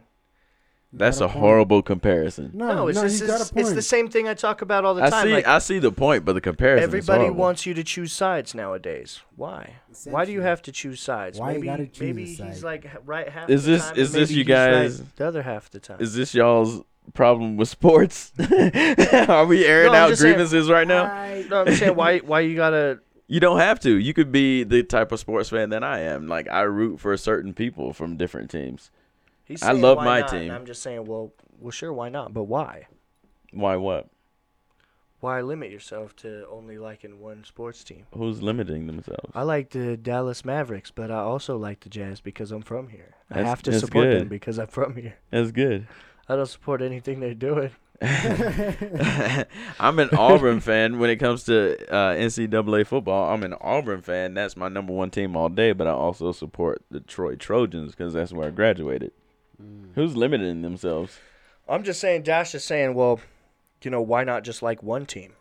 You
that's
got
a
point.
horrible comparison.
No, no,
it's,
he's
it's,
got a
it's,
point.
it's the same thing I talk about all the
I
time.
see,
like,
I see the point, but the comparison. is
Everybody
horrible.
wants you to choose sides nowadays. Why? Why do you
Essentially.
have to choose sides?
Why you
maybe
gotta choose a
maybe
side?
he's like h- right half.
Is
the
this-
time, and
is this
maybe
you
he's right
guys-
the other half the time?
Is this y'all's problem with sports? Are we airing
No, I'm
out
just saying-
grievances right now?
I-
no, I'm saying why why you gotta
You don't have to. You could be the type of sports fan that I am. Like I root for certain people from different teams.
he's
I
saying,
love
why
my
not?
team.
I'm just saying, well, well, sure, why not? But why?
Why what?
Why limit yourself to only liking one sports team?
Who's limiting themselves?
I like the Dallas Mavericks, but I also like the Jazz because I'm from here. I
That's-
have to
that's
support them
good.
because I'm from here.
That's good.
I don't support anything they're doing.
I'm an Auburn fan when it comes to uh, NCAA football. I'm an Auburn fan. That's my number one team all day, but I also support the Troy Trojans because that's where I graduated.
Mm.
Who's limiting themselves?
I'm just saying, Dash is saying, well, you know, why not just like one team?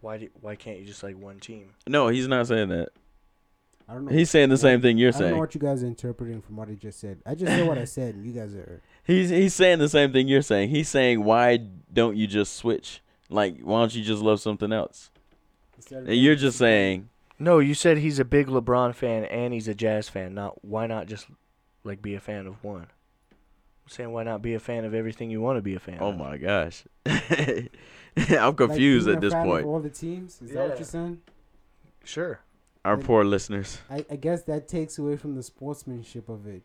Why do, why can't you just like one team?
No, he's not saying that.
I don't know.
He's saying the same thing you're
I don't know
saying.
what you guys are interpreting from what I just said. I just said what I said. and You guys are.
He's he's saying the same thing you're saying. He's saying why don't you just switch? Like why don't you just love something else?
instead of-
And you're just saying
No, you said he's a big LeBron fan and he's a Jazz fan. Not why not just like be a fan of one? I'm saying why not be a fan of everything you want to be a fan.
Oh
of?
my gosh. I'm
like,
confused
being
at
a
this
fan of
point.
All the teams. Is that
Yeah.
what you're saying?
Sure.
Our poor listeners.
I, I guess that takes away from the sportsmanship of it.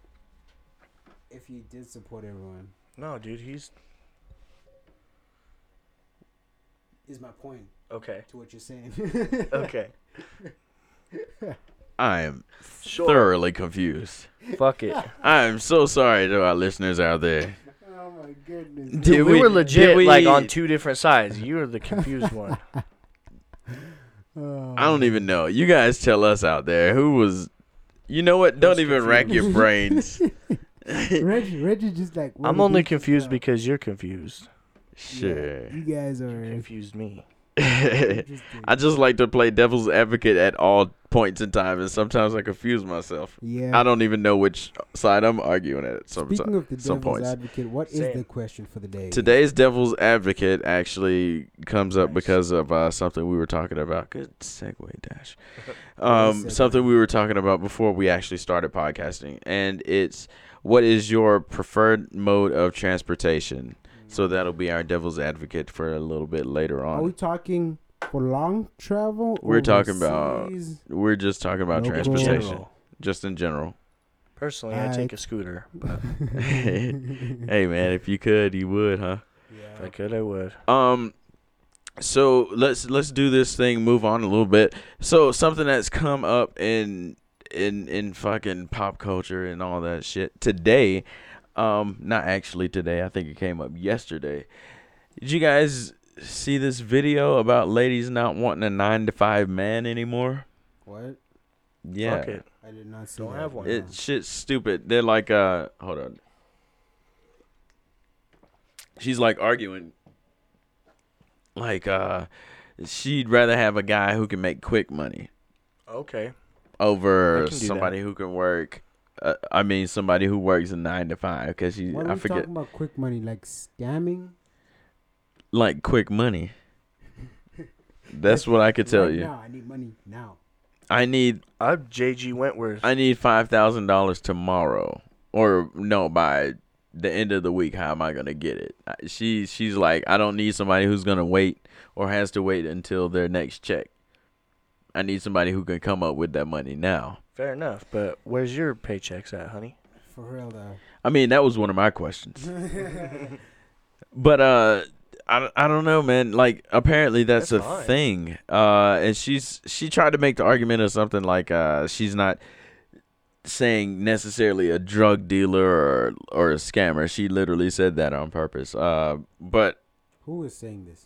If you did support everyone,
No, dude, he's
is my point
okay.
to what you're saying.
Okay.
I am
Sure.
thoroughly confused.
Fuck it.
I am so sorry to our listeners out there.
oh my goodness.
Did
Dude, we, were
did
legit
we-
like on two different sides. You were the confused one.
Oh.
I don't even know. You guys tell us out there who was. You know what? Don't even rack your brains. e-
Reggie, Reggie, just like what
I'm
did
only
you-
confused
uh,
because you're confused.
Sure.
You guys are
Confused me.
interesting.
I just like to play devil's advocate at all points in time, and sometimes I confuse myself.
yeah.
I don't even know which side I'm arguing at. Sometimes.
Speaking of the
some
devil's
points.
advocate, what is
Same.
the question for the day?
Today's devil's advocate actually comes up
Nice.
because of uh, something we were talking about. Good segue, Dash.
Good
Um,
segue.
something we were talking about before we actually started podcasting, and it's what is your preferred mode of transportation? So that'll be our devil's advocate for a little bit later
Are we
on.
talking for long travel? or
We're talking about
overseas?
We're just talking about
Local-
In
transportation,
general.
just in general.
Personally, I
Alright.
take a scooter.
hey man, if you could, you would, huh?
If I could, I would.
Um so let's let's do this thing, move on a little bit. So something that's come up in in in fucking pop culture and all that shit today Um, not actually today. I think it came up yesterday. Did you guys see this video about ladies not wanting a nine to five man anymore?
What?
Yeah.
Fuck it.
I did not see
Don't
that.
have one.
It shit's stupid. They're like, uh, hold on. She's like arguing. Like, uh, she'd rather have a guy who can make quick money
Okay. I
over
can do that.
somebody who can work. Uh, I mean, somebody who works a nine to five because she,
What are
I
we
forget,
talking about quick money, like scamming?
like quick money. That's what I could tell
Right
you.
Now, I need money now.
I need,
I'm JG Wentworth.
I need five thousand dollars tomorrow, or no, by the end of the week. How am I gonna get it? I- She, she's like, I don't need somebody who's gonna wait or has to wait until their next check. I need somebody who can come up with that money now.
Fair enough, but where's your paychecks at, honey?
For real though.
I mean, that was one of my questions. But uh I, I don't know, man. Like apparently that's,
That's
a
fine.
thing. Uh and she's she tried to make the argument of something like uh she's not saying necessarily a drug dealer or or a scammer. She literally said that on purpose. Uh but
Who is saying this?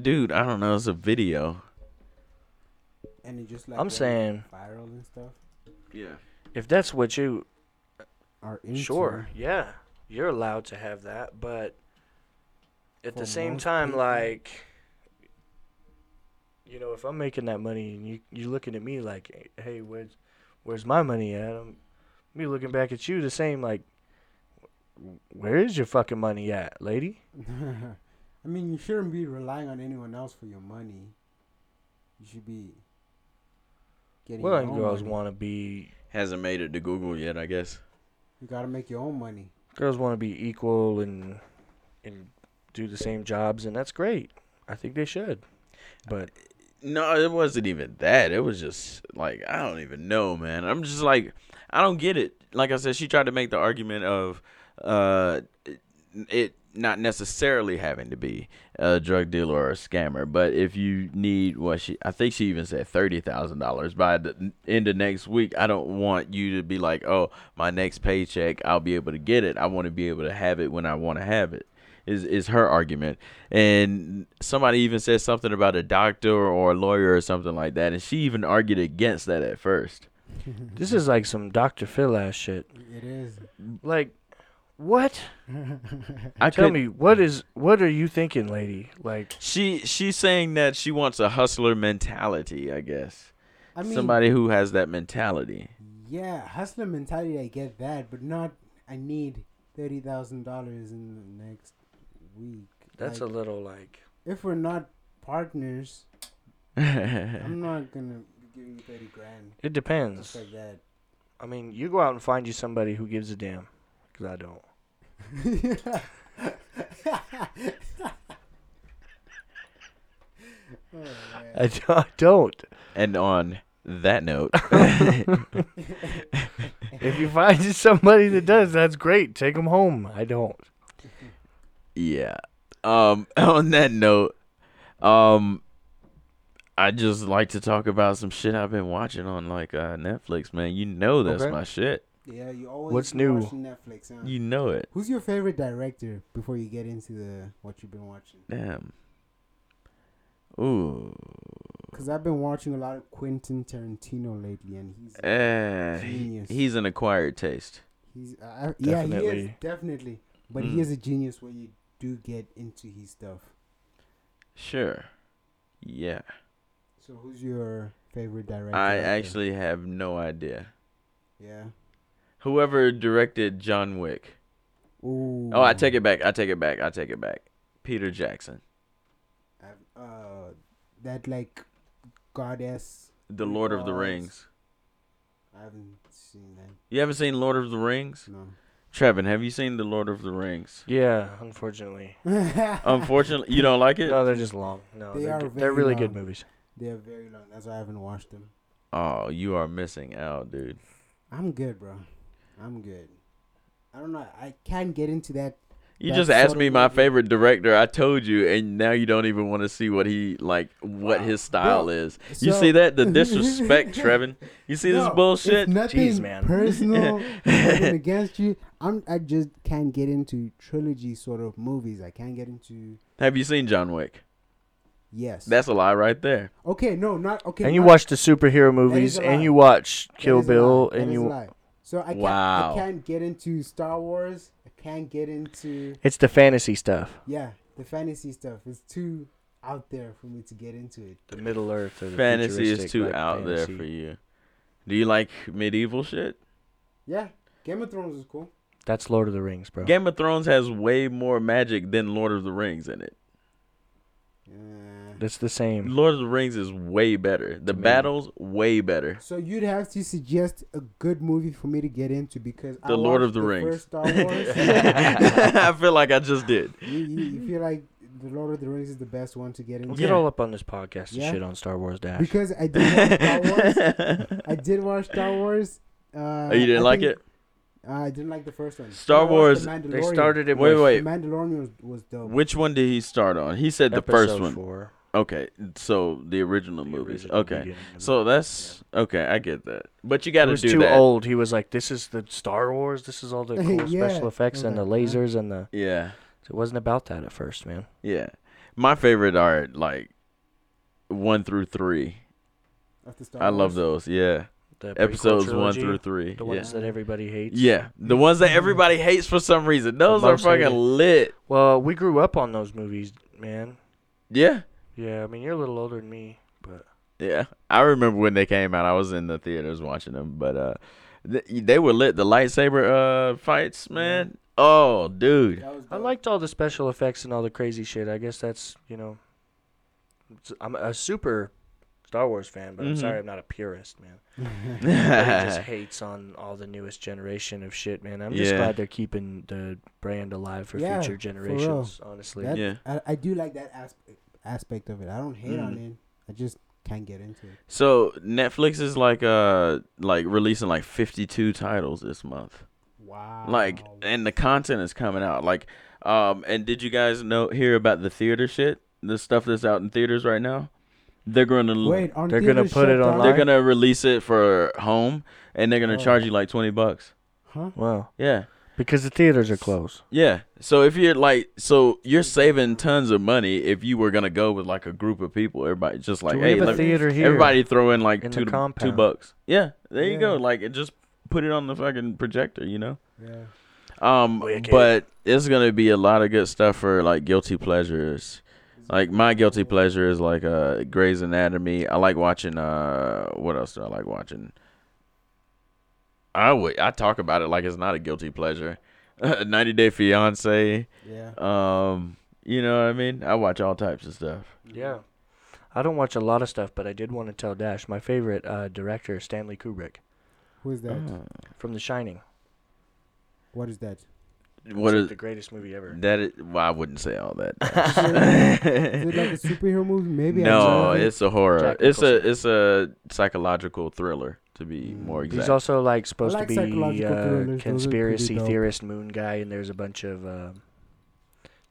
dude, I don't know, it's a video.
And it just like
I'm
went
saying
viral and stuff.
Yeah.
if that's what you
Are into
sure, yeah, you're allowed to have that, but at
For
the same
most
time,
people-
like you know, if I'm making that money and you you looking at me like, hey, where's where's my money at? I'm me looking back at you the same like, where is your fucking money at, lady?
I mean, you shouldn't be relying on anyone else for your money. You should be getting
Well,
your
and
own
girls
money.
want to be
Hasn't made it to Google yet, I guess.
You gotta make your own money.
girls want to be equal and and do the same jobs and that's great i think they should but
No, it wasn't even that. It was just like I don't even know, man. I'm just like I don't get it. Like I said, she tried to make the argument of uh it- it not necessarily having to be a drug dealer or a scammer, but if you need what she I think she even said $30,000 by the n- end of next week, I don't want you to be like, "Oh, my next paycheck, I'll be able to get it. I want to be able to have it when I want to have it." is is her argument. And somebody even said something about a doctor or a lawyer or something like that, and she even argued against that at first.
this is like some dr phil ass shit
It is.
like what
I
tell
could-
me what is what are you thinking lady like
She she's saying that she wants a hustler mentality, I guess.
I mean,
somebody who has that mentality.
yeah, hustler mentality. I get that, but not. I need thirty thousand dollars in the next week.
that's
like,
a little like
If we're not partners,
yeah,
I'm not gonna be giving you thirty grand
it
just
depends
like
i mean you go out and find you somebody who gives a damn because i don't
that. Oh, man.
I d- I don't
and on that note,
if you find you somebody that does that's great take them home i don't
yeah. Um on that note, um I just like to talk about some shit I've been watching on like uh Netflix, man. You know that's
Okay.
my shit.
Yeah, you always
What's
be
new?
watching Netflix. Huh?
You know it.
Who's your favorite director before you get into the what you've been watching?
Damn. Ooh.
Because I've been watching a lot of Quentin Tarantino lately, and he's
Eh, he,
Genius.
he's an acquired taste.
he's uh, I- yeah he is
Definitely.
definitely, but
Mm.
he is a genius when you do get into his stuff.
Sure. Yeah.
So who's your favorite director?
I
out there?
actually have no idea.
yeah.
Whoever directed John Wick.
Ooh.
Oh, I take it back. I take it back. I take it back. Peter Jackson.
I've, uh, that like goddess.
The Lord of the
Because-
Rings.
I haven't seen that.
You haven't seen Lord of the Rings?
No.
Trevin, have you seen The Lord of the Rings?
yeah unfortunately
Unfortunately, you don't like it?
No, they're just long. No,
They
they are
are
good.
very
they're really good
long.
movies.
they are very long. That's why I haven't watched them.
Oh, you are missing out, dude.
I'm good, bro. I'm good. I don't know. I can't get into that
You
That
just asked
sort
me
of
my
movie.
favorite director. I told you, and now you don't even want to see what he like, what
Wow.
his style
Bro,
is. You
so-
see that the disrespect, Trevin? You see
No,
this bullshit?
It's nothing
Jeez, man.
personal nothing against you. I'm I just can't get into trilogy sort of movies. I can't get into
Have you seen John Wick?
yes.
That's a lie right there.
okay. No, not okay.
And you
not-
watch the superhero movies,
a
and
lie.
you watch
that
Kill
is a lie.
Bill,
That is
and
a
you.
lie. So I can't,
Wow.
I can't get into Star Wars. I can't get into
It's the fantasy stuff.
yeah the fantasy stuff. It's too out there for me to get into it.
The Middle Earth. Or the
Fantasy is
futuristic,
too
like,
out
fantasy.
there for you. Do you like medieval shit?
Yeah, Game of Thrones is cool.
That's Lord of the Rings, bro.
Game of Thrones has way more magic than Lord of the Rings in it.
Uh,
That's the same.
Lord of the Rings is way better. The
To me.
battles way better.
so you'd have to suggest a good movie for me to get into because I
The Lord
watched
of the, Rings.
first Star Wars.
I feel like I just did.
you, you, you feel like the Lord of the Rings is the best one to get into
We'll get
Yeah.
all up on this podcast and
Yeah.
shit on Star Wars Dash.
because I did watch Star Wars. I did watch Star Wars. Uh,
Oh, you didn't
I
like
think-
it?
Uh, I didn't like the first one.
Star
I watched The
they
Mandalorian.
started it.
Wait,
with
The
wait.
Mandalorian was, was dope.
Which one did he start on? He said the
episode
first one.
Four,
Okay, so the original
the
movies.
original
okay,
beginning of the-
so that's okay. I get that, but you got
He
to
was
do
too
that.
old. He was like, "This is the Star Wars. This is all the cool
Yeah.
special effects and the
Okay.
lasers and the."
Yeah,
It wasn't about that at first, man.
yeah. My favorite are like one through three.
of the Star
I love
Wars.
those. Yeah,
The prequel
episodes one
trilogy,
through three.
the
yeah.
ones that everybody hates. Mm-hmm.
yeah, the ones that everybody hates for some reason. Those are
most
fucking
hated.
lit.
Well, we grew up on those movies, man.
Yeah,
Yeah, I mean, you're a little older than me, but
Yeah, I remember when they came out. I was in the theaters watching them, but uh, th- they were lit. The lightsaber uh fights, man. Oh, dude.
That was
I
dope.
liked all the special effects and all the crazy shit. I guess that's you know, it's- I'm a super Star Wars fan, but I'm
Mhm.
sorry, I'm not a purist, man. Everybody just
yeah,
hates on all the newest generation of shit, man. I'm just
Yeah.
glad they're keeping the brand alive for
Yeah,
future
for
generations. honestly,
That-
yeah.
I, I do like that aspect aspect of it. I don't hate on
Mm.
it. I just can't get into it.
So Netflix is like uh like releasing like fifty two titles this month.
Wow.
Like, and the content is coming out. Like, um, and did you guys know hear about the theater shit? The stuff that's out in theaters right now. They're gonna
wait, aren't
They're gonna
theaters
put it
shut down?
they're
online?
gonna release it for home, and they're gonna
Oh.
charge you like twenty bucks.
Huh?
wow,
Yeah.
because the theaters are closed.
Yeah. So if you're like, so you're saving tons of money if you were gonna go with like a group of people. Everybody just like,
Do we
hey,
have a
let-
theater here?
everybody throw in like
in the
two to- two
compound?
bucks. Yeah. There you
Yeah.
go. Like, it just put it on the fucking projector. You know.
Yeah.
Um,
Wicked.
but it's gonna be a lot of good stuff for like guilty pleasures. Like my guilty pleasure is like uh Grey's Anatomy. I like watching uh what else do I like watching? I would I talk about it like it's not a guilty pleasure. 90 Day Fiance.
Yeah.
Um, you know what I mean? I watch all types of stuff.
Yeah, I don't watch a lot of stuff, but I did want to tell Dash my favorite uh, director, is Stanley Kubrick
Who is that?
Uh,
from The Shining.
What is that?
what
It's, like,
is
the greatest movie ever?
that? Is, well, I wouldn't say all
Is it, is it
that.
like a superhero movie? Maybe. I
no,
don't know.
it's a horror.
Jack
It's a
Nicholson.
it's a psychological thriller to be
Mm.
more
He's
exact.
He's also like supposed
like
to be
psychological thrillers. Those
uh,
are pretty
conspiracy
dope.
theorist moon guy, and there's a bunch of um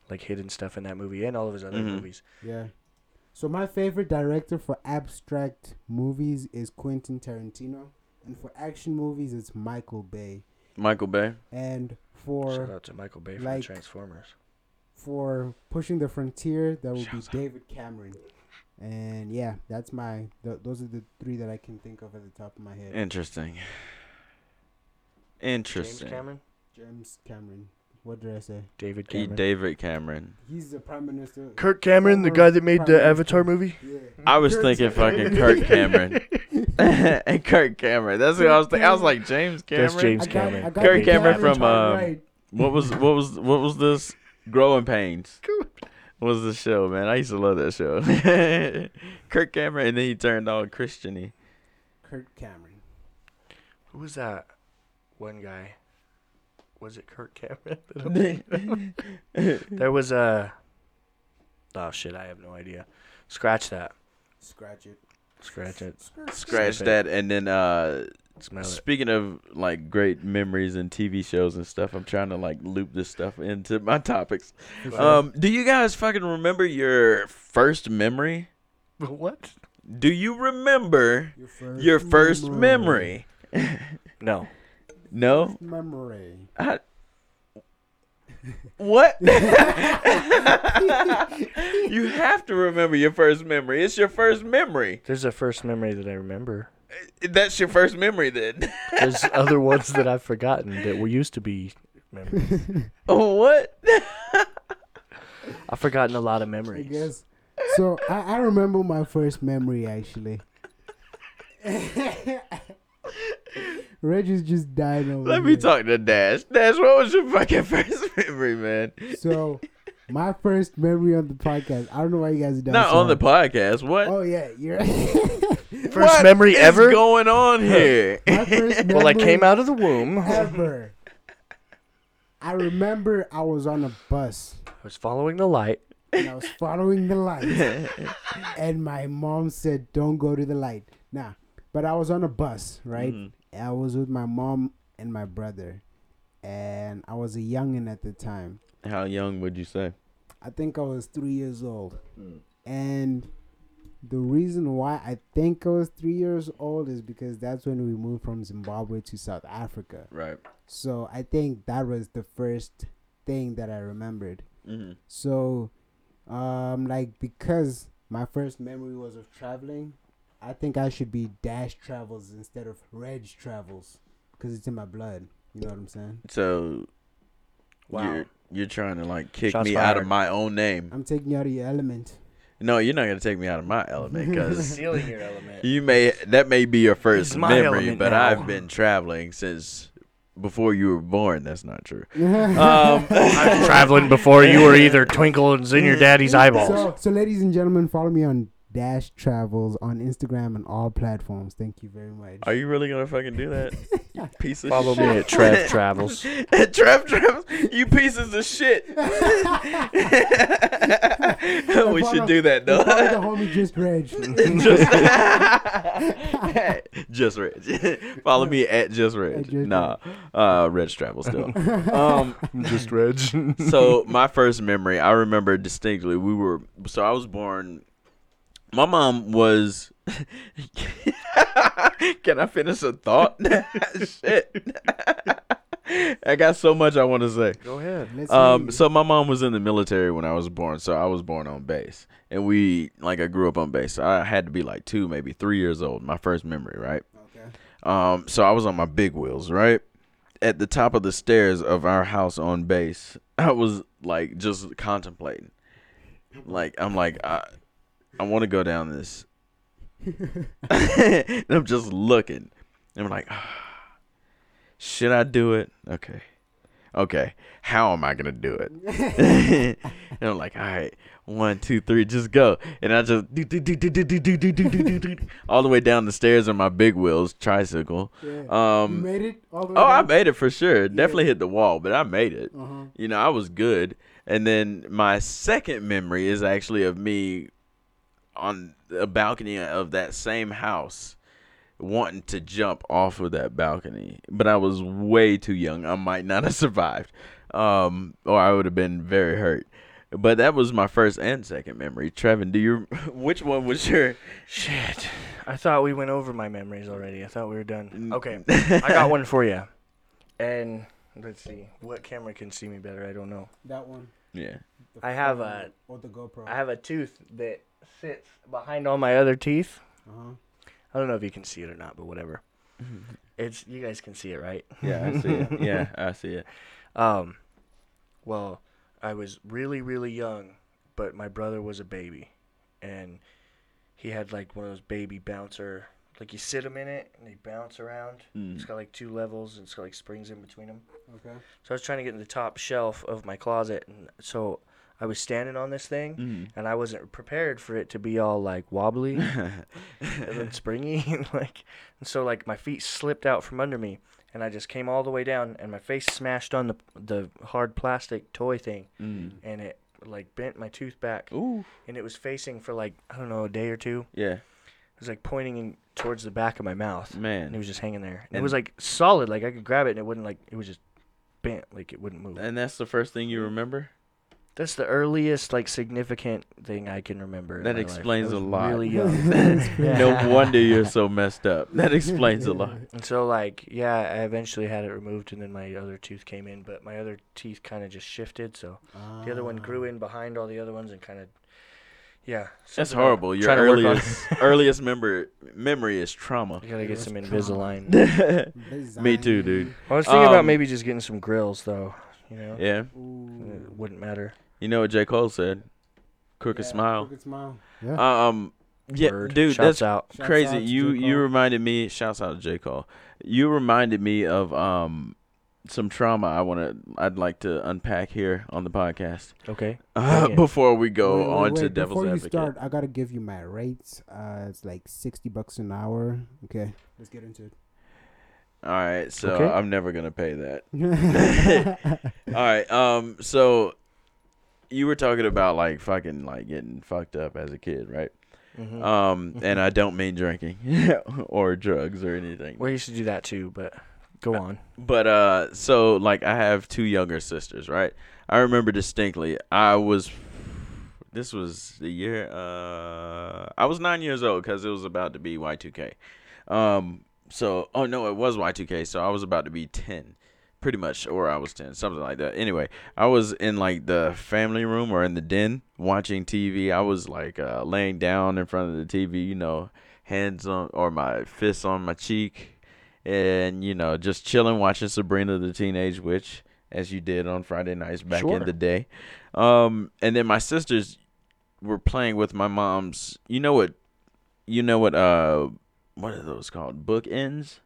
like hidden stuff in that movie and all of his other
Mhm.
movies.
Yeah. So my favorite director for abstract movies is Quentin Tarantino, and for action movies it's Michael Bay,
Michael Bay.
and
Shout
for
out to Michael Bay for
like-
the Transformers.
for pushing the frontier that would be David Cameron. And yeah, that's my th- those are the three that I can think of at the top of my head.
Interesting.
James
Interesting.
Cameron,
James Cameron. What did I say?
David
E-
Cameron,
David Cameron.
He's the prime minister.
Kirk Cameron, the
Former
guy that made
Prime
the Avatar movie.
Yeah.
I was
Kirk
thinking fucking Kirk Cameron. and Kirk Cameron. That's what I was thinking. I was like James Cameron.
That's James
I got-
Cameron.
I got
Kirk
the
Cameron from,
part
um,
right.
What was what was what was this? Growing Pains. Was the show, man. I used to love that show. Kirk Cameron and then he turned all Christiany.
Kirk Cameron.
Who was that? One guy. Was it Kirk Cameron? that I'm There was a. Oh shit! I have no idea. Scratch that.
Scratch it.
Scratch it.
Scratch
Sniff it.
that, and then uh,
Smell it.
Speaking of like great memories and TV shows and stuff, I'm trying to like loop this stuff into my topics. Um, do you guys fucking remember your first memory?
What?
Do you remember
Your first,
your first memory?
No.
No.
Memory.
I... What? you have to remember your first memory. It's your first memory.
There's a first memory that I remember.
That's your first memory then.
There's other ones that I've forgotten that were used to be memories.
what?
I've forgotten a lot of
I
memories.
guess. So I, I remember my first memory actually. Reggie's just died over
Let me
here.
talk to Dash. Dash, what was your fucking first memory, man?
So my first memory on the podcast. I don't know why you guys are down.
Not
so
on the
hard.
podcast. What?
Oh yeah, you're.
First
What
memory
is
ever?
going on here?
my first memory
well, I came out of the womb. I
ever. I remember I was on a bus
was following the light.
and I was following the light, and my mom said, "Don't go to the light." Nah, but I was on a bus, right? I was with my mom and my brother, and I was a youngin at the time.
How young would you say?
I think I was three years old. And the reason why I think I was three years old is because that's when we moved from Zimbabwe to South Africa.
Right.
So I think that was the first thing that I remembered.
Mm-hmm.
So, um, like, because my first memory was of traveling, I think I should be Dash Travels instead of Reg Travels because it's in my blood. You know what I'm saying?
So,
Wow.
you're you're trying to like kick
Shots
me out of
fired.
my own name?
I'm taking you out of your element.
No, you're not gonna take me out of my element because
Stealing your element.
you may that may be your first
It's my
memory,
element
but
now.
I've been traveling since before you were born. That's not true.
I'm traveling before you were either twinkles in your daddy's eyeballs.
So, so, ladies and gentlemen, follow me on Dash Travels on Instagram and all platforms. Thank you very much.
Are you really gonna fucking do that? You piece of
Follow me at Trev Travels.
Trev Travels, you pieces of shit. we should do that
Follow
though.
the homie just Reg.
just Reg. Follow me at just
At
Reg.
Just
Nah, uh, Reg Travels still. um,
Just Reg.
so my first memory, I remember distinctly. We were so I was born. My mom was. Can I finish a thought? Shit. I got so much I want to say.
Go ahead.
Let's
Um,
see.
so my mom was in the military when I was born, so I was born on base, and we like I grew up on base. So I had to be like two, maybe three years old, my first memory, right?
okay.
Um, so I was on my big wheels, right? At the top of the stairs of our house on base, I was like just contemplating. Like I'm like I, I want to go down this. and I'm just looking. And I'm like, should I do it? Okay, okay. How am I gonna do it? and I'm like, all right, one, two, three, just go. And I just do do do do do do do do do do do do all the way down the stairs on my big wheels tricycle.
Yeah. you
Um,
made it all the way.
oh, I
down?
made it for sure. Definitely hit the wall, but I made it.
Uh-huh.
You know, I was good. And then my second memory is actually of me on a balcony of that same house wanting to jump off of that balcony. But I was way too young. I might not have survived. Um, or I would have been very hurt. But that was my first and second memory. Trevin, do you which one was your
Shit. I thought we went over my memories already. I thought we were done.
Mm.
Okay. I got one for you. And let's see. What camera can see me better? I don't know.
That one.
Yeah.
The
I have
phone
a-
Or the GoPro.
I have a tooth that sits behind all my other teeth.
uh-huh.
I don't know if you can see it or not, but whatever. It's you guys can see it, right?
Yeah, I see it. Yeah, I see it.
Um, well, I was really, really young, but my brother was a baby, and he had like one of those baby bouncer, like you sit him in it and they bounce around.
Mm.
It's got like two levels, and it's got like springs in between them.
Okay.
So I was trying to get in the top shelf of my closet, and so I was standing on this thing,
Mm.
and I wasn't prepared for it to be all like wobbly and then springy, like. And so like my feet slipped out from under me, and I just came all the way down, and my face smashed on the the hard plastic toy thing, and it like bent my tooth back,
Mm. Ooh.
and it was facing for like I don't know a day or two.
Yeah.
was like pointing in towards the back of my mouth, and it
man.
was just hanging there. And it
Mm. And-
was like solid, like I could grab it and it wouldn't like it was just bent, like it wouldn't move.
And that's the first thing you remember.
That's the earliest like significant thing I can remember. in
That
my life. I
explains a
was
lot.
Really young.
no wonder you're so messed up. That explains a lot.
And so like yeah, I eventually had it removed, and then my other tooth came in, but my other teeth kind of just shifted, so the other one
Ah.
grew in behind all the other ones and kind of yeah.
That's
something I'm
horrible. Your
trying to work on.
earliest earliest member memory is trauma.
I gotta
Yeah,
get
that's
some
trauma.
Invisalign.
Me too, dude.
I was thinking about
Um,
maybe just getting some grills though. You know,
Yeah.
it
Ooh.
wouldn't matter.
You know what J. Cole said? Crooked
Yeah,
smile.
Crooked smile. Yeah.
Um yeah,
Word.
dude,
Shouts
that's
out.
Shouts
crazy.
out to
You
J.
you
Cole.
reminded me, shouts out to J. Cole. You reminded me of um some trauma I wanna I'd like to unpack here on the podcast.
Okay.
Uh,
Bring it.
before we go
Wait, wait,
on to
wait,
Devil's
Before you
Advocate.
start, I gotta give you my rates. Uh, it's like sixty bucks an hour. Okay, let's get into it.
All right, so
Okay.
I'm never gonna pay that.
yeah,
All right. Um. So, you were talking about like fucking like getting fucked up as a kid, right?
hmm
Um. And I don't mean drinking or drugs or anything.
well, you should do that too, but go on.
But uh. So like I have two younger sisters, right? I remember distinctly. I was. This was the year. Uh. I was nine years old because it was about to be Y two K. Um. So oh no, it was Y two K. So I was about to be ten. Pretty much, or I was 10, something like that. Anyway, I was in like the family room or in the den watching TV. I was like uh, laying down in front of the TV, you know, hands on or my fists on my cheek, and you know, just chilling watching Sabrina the Teenage Witch as you did on Friday nights back
Sure.
in the day. Um, and then my sisters were playing with my mom's. You know what? You know what? Uh, what are those called? Bookends.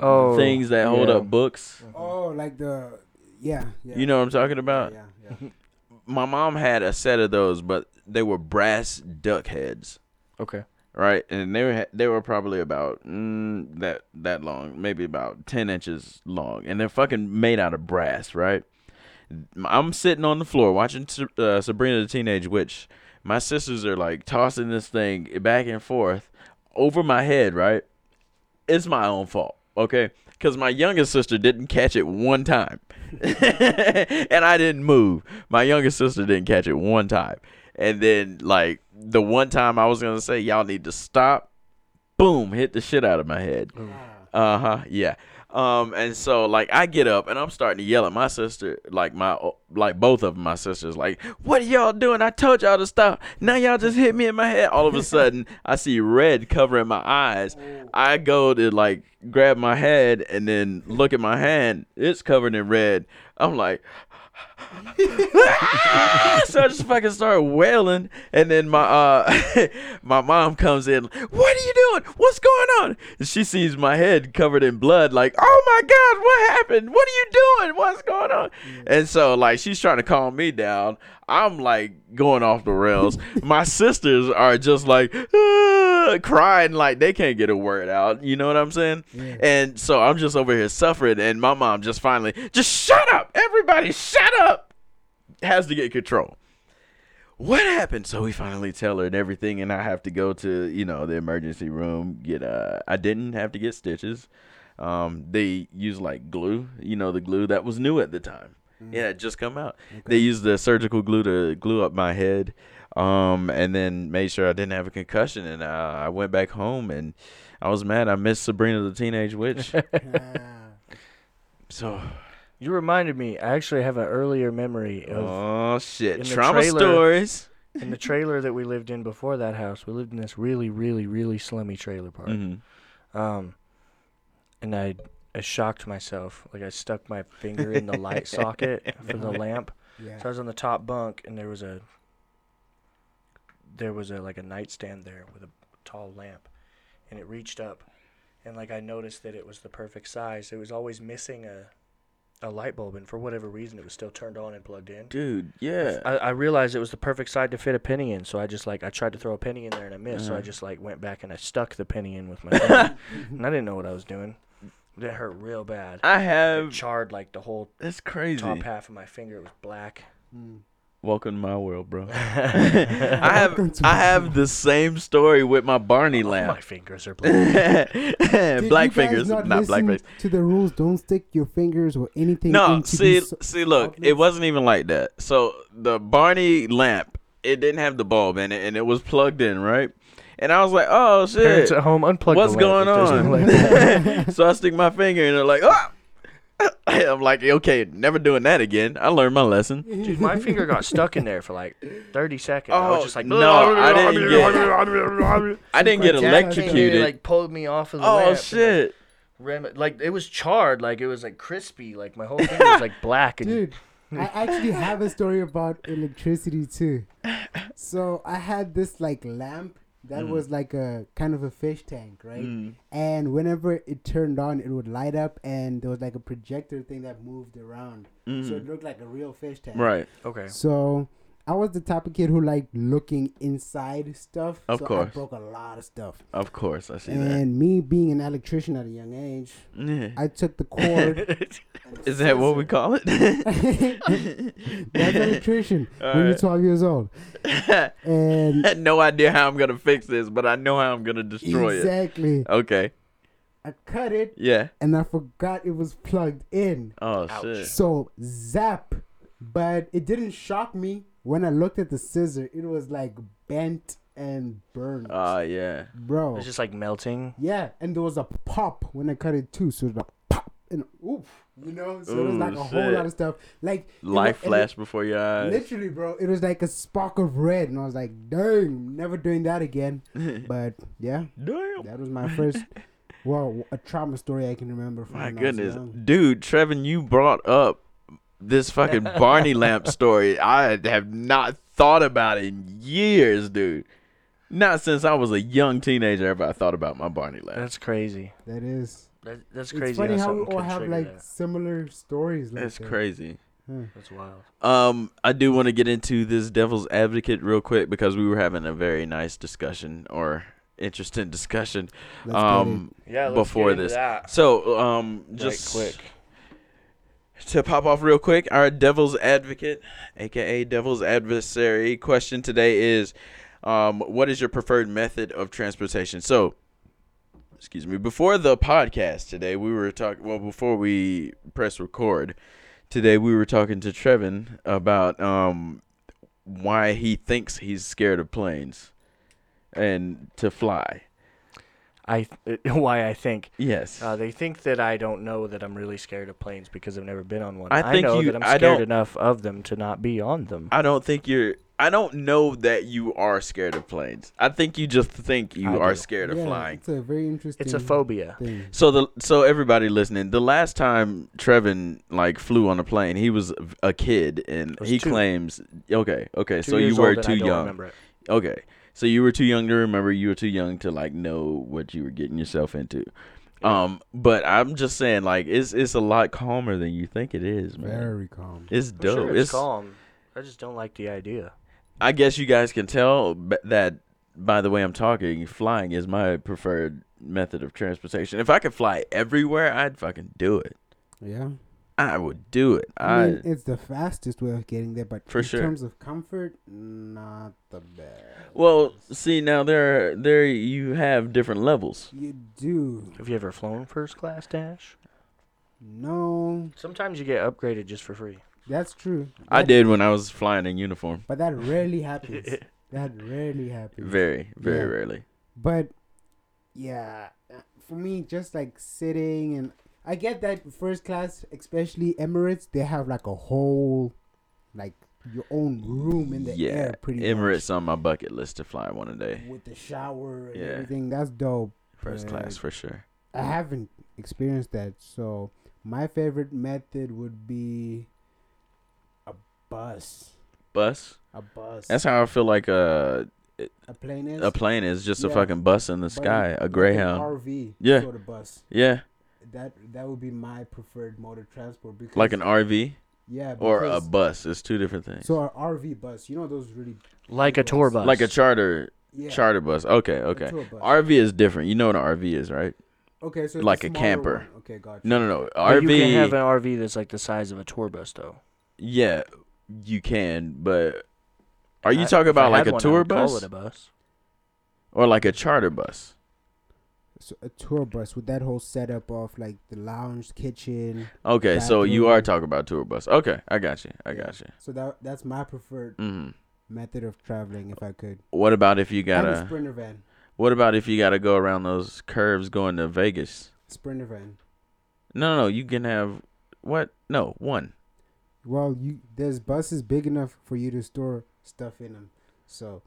Oh,
Things that hold
yeah. Mm-hmm.
up books.
Oh, like the yeah. yeah.
You know uh, what I'm talking about?
Yeah, yeah.
my mom had a set of those, but they were brass duck heads,
Okay.
right? And they were they were probably about mm, that that long, maybe about ten inches long, and they're fucking made out of brass, right? I'm sitting on the floor watching Sa- uh, Sabrina the Teenage Witch. My sisters are like tossing this thing back and forth over my head, right? It's my own fault, okay? Because my youngest sister didn't catch it one time. and I didn't move. My youngest sister didn't catch it one time. And then, like, the one time I was going to say, y'all need to stop, boom, hit the shit out of my head.
Ah,
Uh huh. Yeah. Um. And so like I get up and I'm starting to yell at my sister, like my like both of my sisters, like, "What are y'all doing? I told y'all to stop. Now y'all just hit me in my head." All of a sudden, I see red covering my eyes. I go to like grab my head and then look at my hand. It's covered in red. I'm like. so I just fucking started wailing, and then my uh, my mom comes in. What are you doing? What's going on? And she sees my head covered in blood. Like, oh my god, what happened? What are you doing? What's going on? And so like she's trying to calm me down. I'm like going off the rails. my sisters are just like "Ah," crying, like they can't get a word out. You know what I'm saying?
Yeah.
And so I'm just over here suffering, and my mom just finally just shut up, everybody, shut up has to get control. What happened? So we finally tell her and everything, and I have to go to you know the emergency room. Get uh, I didn't have to get stitches. Um, they use like glue, you know, the glue that was new at the time.
Mm-hmm.
Yeah, it had just come out. They used the surgical glue to glue up my head, um, and then made sure I didn't have a concussion. And uh, I went back home, and I was mad. I missed Sabrina the Teenage Witch.
ah.
so,
You reminded me. I actually have an earlier memory of
oh
in
shit,
the
trauma
trailer-
stories.
in the trailer that we lived in before that house. We lived in this really, really, really slummy trailer park.
hmm
Um, and I, I shocked myself. Like I stuck my finger in the light socket for the lamp.
yeah.
So I was on the top bunk, and there was a, there was a like a nightstand there with a tall lamp, and it reached up, and like I noticed that it was the perfect size. It was always missing a, a light bulb, and for whatever reason, it was still turned on and plugged in.
Dude, yeah.
I, I realized it was the perfect side to fit a penny in, so I just like I tried to throw a penny in there and I missed, so I
Mhm.
just like went back and I stuck the penny in with my thumb, and I didn't know what I was doing. It hurt real bad.
I
It
have.
charred like the whole
That's crazy.
top half of my finger. It was black.
Mm.
Welcome to my world, bro. I have I have the same story with my Barney
Oh My
laugh.
fingers are bleeding.
Did
black
you guys
fingers, not, black
listen
face.
To the rules, don't stick your fingers or anything.
No,
into
see,
these-
see, look, it wasn't even like that. So the Barney lamp, it didn't have the bulb in it, and it was plugged in, right? And I was like, oh shit,
Parents at home, unplug.
what's
the lamp
going
if there's no
on?
light.
so I stick my finger in, and they're like, ah. I'm like, okay, never doing that again. I learned my lesson.
Dude, my finger got stuck in there for like 30 seconds. I
Oh,
was just like,
no, I didn't
get.
I didn't get
Like, yeah, I think
electrocuted.
like pulled me off of the lamp
oh
and, Like,
shit!
ran it- like, it was charred, like it was like crispy, like my whole finger was like black and
dude. I actually have a story about electricity too. So I had this like lamp that
Mm.
was like a kind of a fish tank, right? And whenever it turned on, it would light up, and there was like a projector thing that moved around, so it looked like a real fish tank.
Mm-hmm. Right.
okay.
So I was the type of kid who liked looking inside stuff.
Of
so
course.
I broke a lot of stuff.
Of course, I see
And me being an electrician at a young age,
that. Yeah.
I took the cord.
Is that what we call it?
That's electrician when you're
Alright.
12 years old. And
had no idea how I'm gonna fix this, but I know how I'm gonna destroy it.
exactly,
Okay.
I cut it
Yeah.
and I forgot it was plugged in.
Oh
Ouch.
shit.
So zap, but it didn't shock me when I looked at the scissor. It was like bent and burned,
Oh yeah.
It
bro.
was just like melting.
Yeah, and there was a pop when I cut it too. So it was like pop and oof, you know. So it was
Ooh,
like a whole
shit.
lot of stuff. Like it
Life
wa- and
flashed before your
it-
eyes.
Literally, bro, it was like a spark of red, and I was like, "Dang, never doing that again." But yeah,
Damn.
that was my first, well, a trauma story I can remember from. when
My
I was
goodness,
young.
dude, Trevin, you brought up this fucking Barney lamp story. I have not thought about in years, dude. Not since I was a young teenager have I thought about my Barney lamp.
That's crazy.
That is.
That, that's
It's
crazy.
funny
how,
how we
something
all
can
have
trigger
like
that.
similar stories. Like
That's
that.
crazy.
That's wild.
Um, I do want to get into this devil's advocate real quick because we were having a very nice discussion or interesting discussion.
Let's get
um,
Yeah.
before this, so um, just to pop off real quick, our devil's advocate, aka devil's adversary, question today is, um, what is your preferred method of transportation? So, excuse me. Before the podcast today, we were talking. Well, before we press record today, we were talking to Trevin about um, why he thinks he's scared of planes and to fly.
I why I think
Yes.
Uh, they think that I don't know that I'm really scared of planes because I've never been on one.
I
I,
think
know
you-
that I'm
I
scared
don't-
enough of them to not be on them.
I don't think you're. I don't know that you are scared of planes. I think you just think you
I
are
do.
scared of
Yeah,
flying.
It's a very interesting.
It's a phobia.
thing.
So the so everybody listening, the last time Trevin like flew on a plane, he was a kid, and
I was
he
two.
claims okay, okay.
Two
so you
years
were
old and I
too
don't
young.
remember it.
Okay, so you were too young to remember. You were too young to like know what you were getting yourself into. Um, but I'm just saying, like it's it's a lot calmer than you think it is, man.
Very calm.
It's
I'm
dope.
sure it's,
it's
calm. I just don't like the idea.
I guess you guys can tell b- that by the way I'm talking, flying is my preferred method of transportation. If I could fly everywhere, I'd fucking do it.
Yeah.
I would do it. I,
I mean, it's the fastest way of getting there, but
For
in
sure.
terms of comfort, not the best.
well, see now there there you have different levels.
You do
Have you ever flown first class, Dash?
no.
Sometimes you get upgraded just for free.
That's true.
I
That-
did when I was flying in uniform.
but that rarely happens. that rarely happens.
Very, very
Yeah.
rarely.
But yeah, uh, for me, just like sitting and I get that first class, especially Emirates, they have like a whole, like your own room in the
yeah,
air, pretty
Emirates on my bucket list to fly one day.
much, with the shower and
Yeah.
everything. That's dope.
First
Yeah.
class for sure.
I haven't experienced that. So my favorite method would be a bus.
Bus.
A bus.
That's how I feel like a
a plane is
a plane is just a
Yeah.
fucking bus in the
but
sky,
like
a
an
Greyhound.
RV.
Yeah.
Sort of bus.
Yeah,
That that would be my preferred mode of transport because
like an RV.
yeah
or a
because-
bus. It's two different things.
so an RV bus. You know those really
Like a tour bus.
like a charter
yeah
charter bus. Okay,
a
okay.
tour bus.
RV is different. You know what an RV is, right?
okay, so it's
like a
smaller
camper.
one. Okay, gotcha.
No, no, no.
But You can have
RV.
an RV that's like the size of a tour bus, though.
Yeah, you can, but are you
I-
talking
if I
about like
had
a
one, I
tour
would call
bus
it a bus.
or like a charter bus?
So a tour bus with that whole setup of like the lounge, kitchen.
Okay, so you are
Bathroom.
talking about tour bus. Okay, I got you. I
Yeah.
got you.
So that that's my preferred
hmm
method of traveling if I could.
What about if you
I'm a
gotta?
sprinter van.
What about if you gotta go around those curves going to Vegas?
Sprinter van.
No, no, no. You can have what? No, one.
Well, you there's buses big enough for you to store stuff in them. So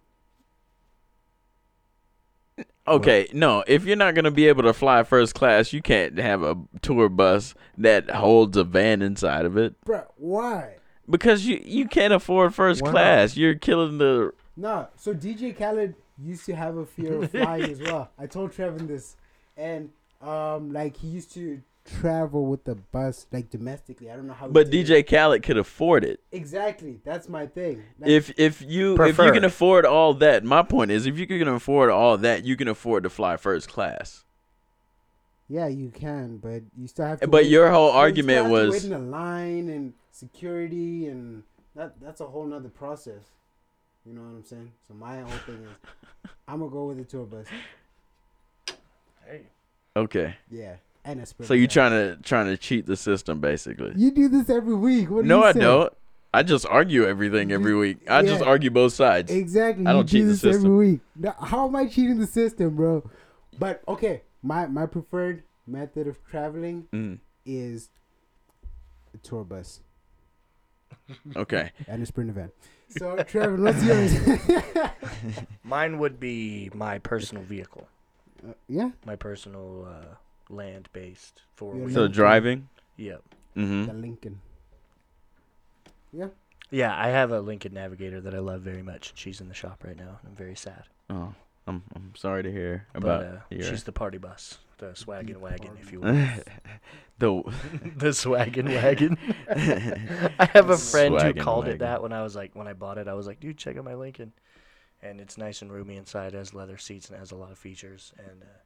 Okay, no. If you're not gonna be able to fly first class, you can't have a tour bus that holds a van inside of it
Bruh, why?
because you you can't afford first
Why not?
class. You're killing the.
No, so DJ Khaled used to have a fear of flying as well. I told Trevin this, and um, like he used to travel with the bus like domestically. I don't know how. he
But
did it.
DJ Khaled could afford it.
exactly that's my thing. Like,
If if you if you
Preferred.
can afford all that, my point is if you can afford all that, you can afford to fly first class.
yeah, you can, but you still have to.
But
wait-
your whole
well, you still
argument
have to
was-
wait in a line and security, and that that's a whole nother process. You know what I'm saying? So my whole thing is, I'm gonna go with the tour bus.
Hey.
Okay.
Yeah, and a sprinter.
So you
van.
trying to trying to cheat the system basically.
You do this every week. What do
No,
you
I
say?
don't. I just argue everything every
You-
week. I just
yeah.
argue both sides.
Exactly.
I
you
don't cheat
do
the
this
system.
every week. No, how am I cheating the system, bro? But okay, my my preferred method of traveling
Mm,
is a tour bus
okay.
and a sprinter van. So Trevor, what's yours?
Mine would be my personal vehicle,
Uh, yeah,
my personal uh, land-based four
Yeah,
wheel.
So driving.
Yep.
the
Mm-hmm.
Lincoln.
Yeah, I have a Lincoln Navigator that I love very much. She's in the shop right now. I'm very sad.
Oh, I'm I'm sorry to hear
But
about
uh,
your-
she's the party bus, the swaggin' wagon, if you will.
the
the swaggin' wagon. I have a friend
Swaggin'
who called
wagon.
it that when I was like when I bought it. I was like, dude, check out my Lincoln, and it's nice and roomy inside. Has leather seats and has a lot of features. And uh,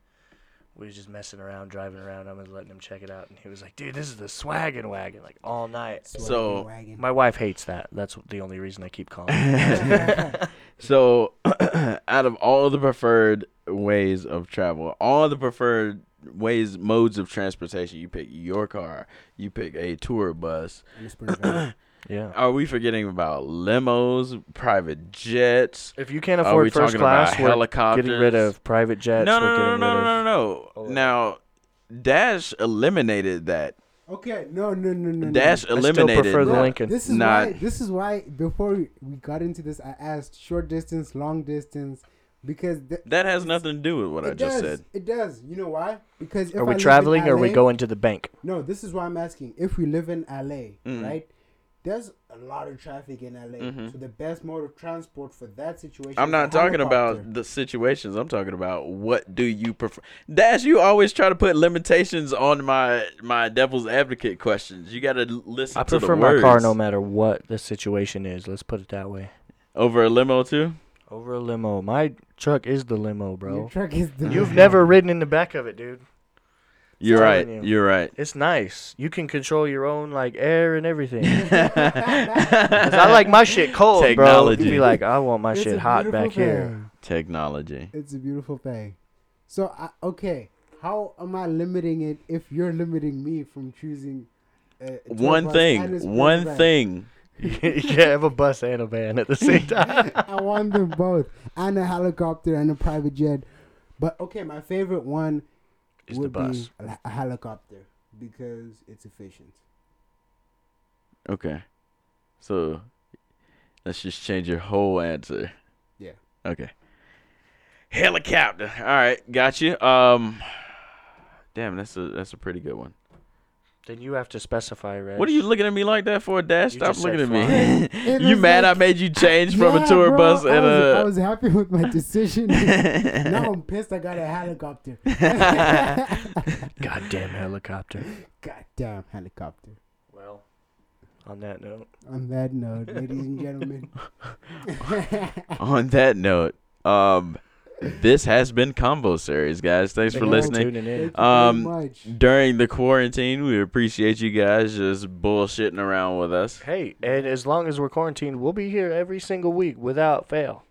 we was just messing around, driving around. I was letting him check it out, and he was like, dude, this is the swaggin' wagon, like all night.
So-
Swaggin' wagon.
My wife hates that. That's the only reason I keep calling. it.
So, out of all the preferred ways of travel, all the preferred ways modes of transportation, you pick your car, you pick a tour bus.
and a sprinter van.
Yeah.
Are we forgetting about limos, private jets?
If you can't
Are
afford
we
first
talking about
class, we're
helicopters?
getting rid of private jets.
no,
we're
no, no, no,
getting rid
no, no,
of-
no,
Oh,
all of it.
Now, Dash eliminated that.
Okay, no, no, no, no. no.
I
Dash
still
eliminated.
prefer the
that.
Lincoln.
This is
Not-
why. This is why. Before we- we got into this, I asked short distance, long distance, because th-
That has nothing to do with what I just
does.
said.
It does. You know why? Because if
Are
I
we
live in
traveling or are we
LA
going to the bank?
No, this is why I'm asking. If we live in LA,
Mm-hmm.
Mm.
right? There's a lot of traffic in LA,
Mhm.
so the best mode of transport for that situation.
I'm
is
not
a
talking
helicopter.
about the situations. I'm talking about what do you prefer. Dash, you always try to put limitations on my my devil's advocate questions. You got to listen
I
to
prefer
the
my
words.
car no matter what the situation is. Let's put it that way.
Over a limo too.
Over a limo. My truck is the limo,
Your
bro.
truck is the
You've never ridden in the back of it, dude.
You're
telling
right.
you.
You're right.
It's nice. You can control your own like air and everything. 'Cause I
I
like my shit cold, bro.
Technology.
You'd be like, I want my
It's
shit
a
hot
beautiful
back here.
thing.
technology.
It's a beautiful thing. So I, okay, how am I limiting it if you're limiting me from choosing? uh, tour
One
bus and a
thing.
sprinter
One
van?
thing.
you can't have a bus and a van at the same time.
I want them both, and a helicopter and a private jet. But okay, my favorite one
Is the
would
bus.
be a, a helicopter because it's efficient.
Okay. So let's just change your whole answer.
Yeah.
Okay. Helicopter. All right, got you. Um, damn, that's a that's a pretty good one.
then you have to specify, right?
What are you looking at me like that for, Dash?
You
Stop
just said
looking at
It
me. you
was
mad
like-
I made you change from a
Yeah,
tour
bro,
bus
I
and
was, I
a.
was happy with my decision. now I'm pissed. I got a helicopter.
Goddamn helicopter.
Goddamn helicopter.
Well, on that note,
On that note, ladies and gentlemen,
On that note, um, this has been Combo Series, guys. Thanks for
you.
listening.
Tuning
Thank
in.
you very
Um,
much.
During the quarantine, we appreciate you guys just bullshitting around with us.
Hey, and as long as we're quarantined, we'll be here every single week without fail.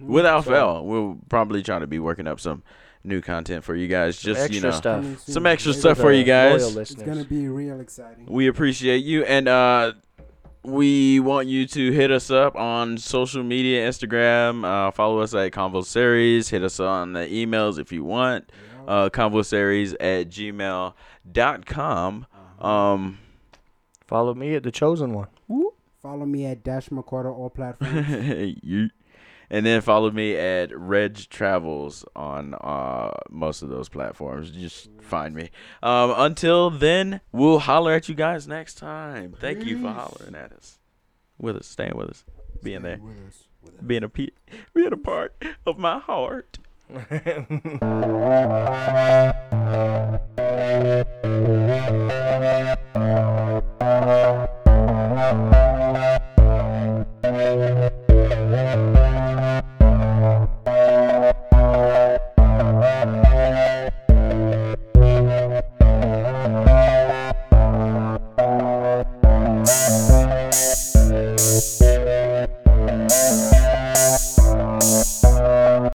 Without
So-
fail, we'll probably try to be working up some new content for you guys. Just
Extra
you know,
stuff.
Coming soon.
some extra
It's
stuff
the
for you
loyal
guys.
Mm. It's
listeners.
gonna be real exciting.
we appreciate you, and uh, we want you to hit us up on social media, Instagram. Uh, follow us at Convo Series. Hit us on the emails if you want. Uh, Convo Series at gmail.com. Um,
Follow me at the chosen one.
Follow me at Dash McCarter all platforms.
yeet. and then follow me at Reg Travels on uh, most of those platforms. Just find me. Um, until then, we'll holler at you guys next time. Thank you for
Peace.
hollering at us, with us, staying with us, being there,
With us. With us.
being a pe- being a part of my heart.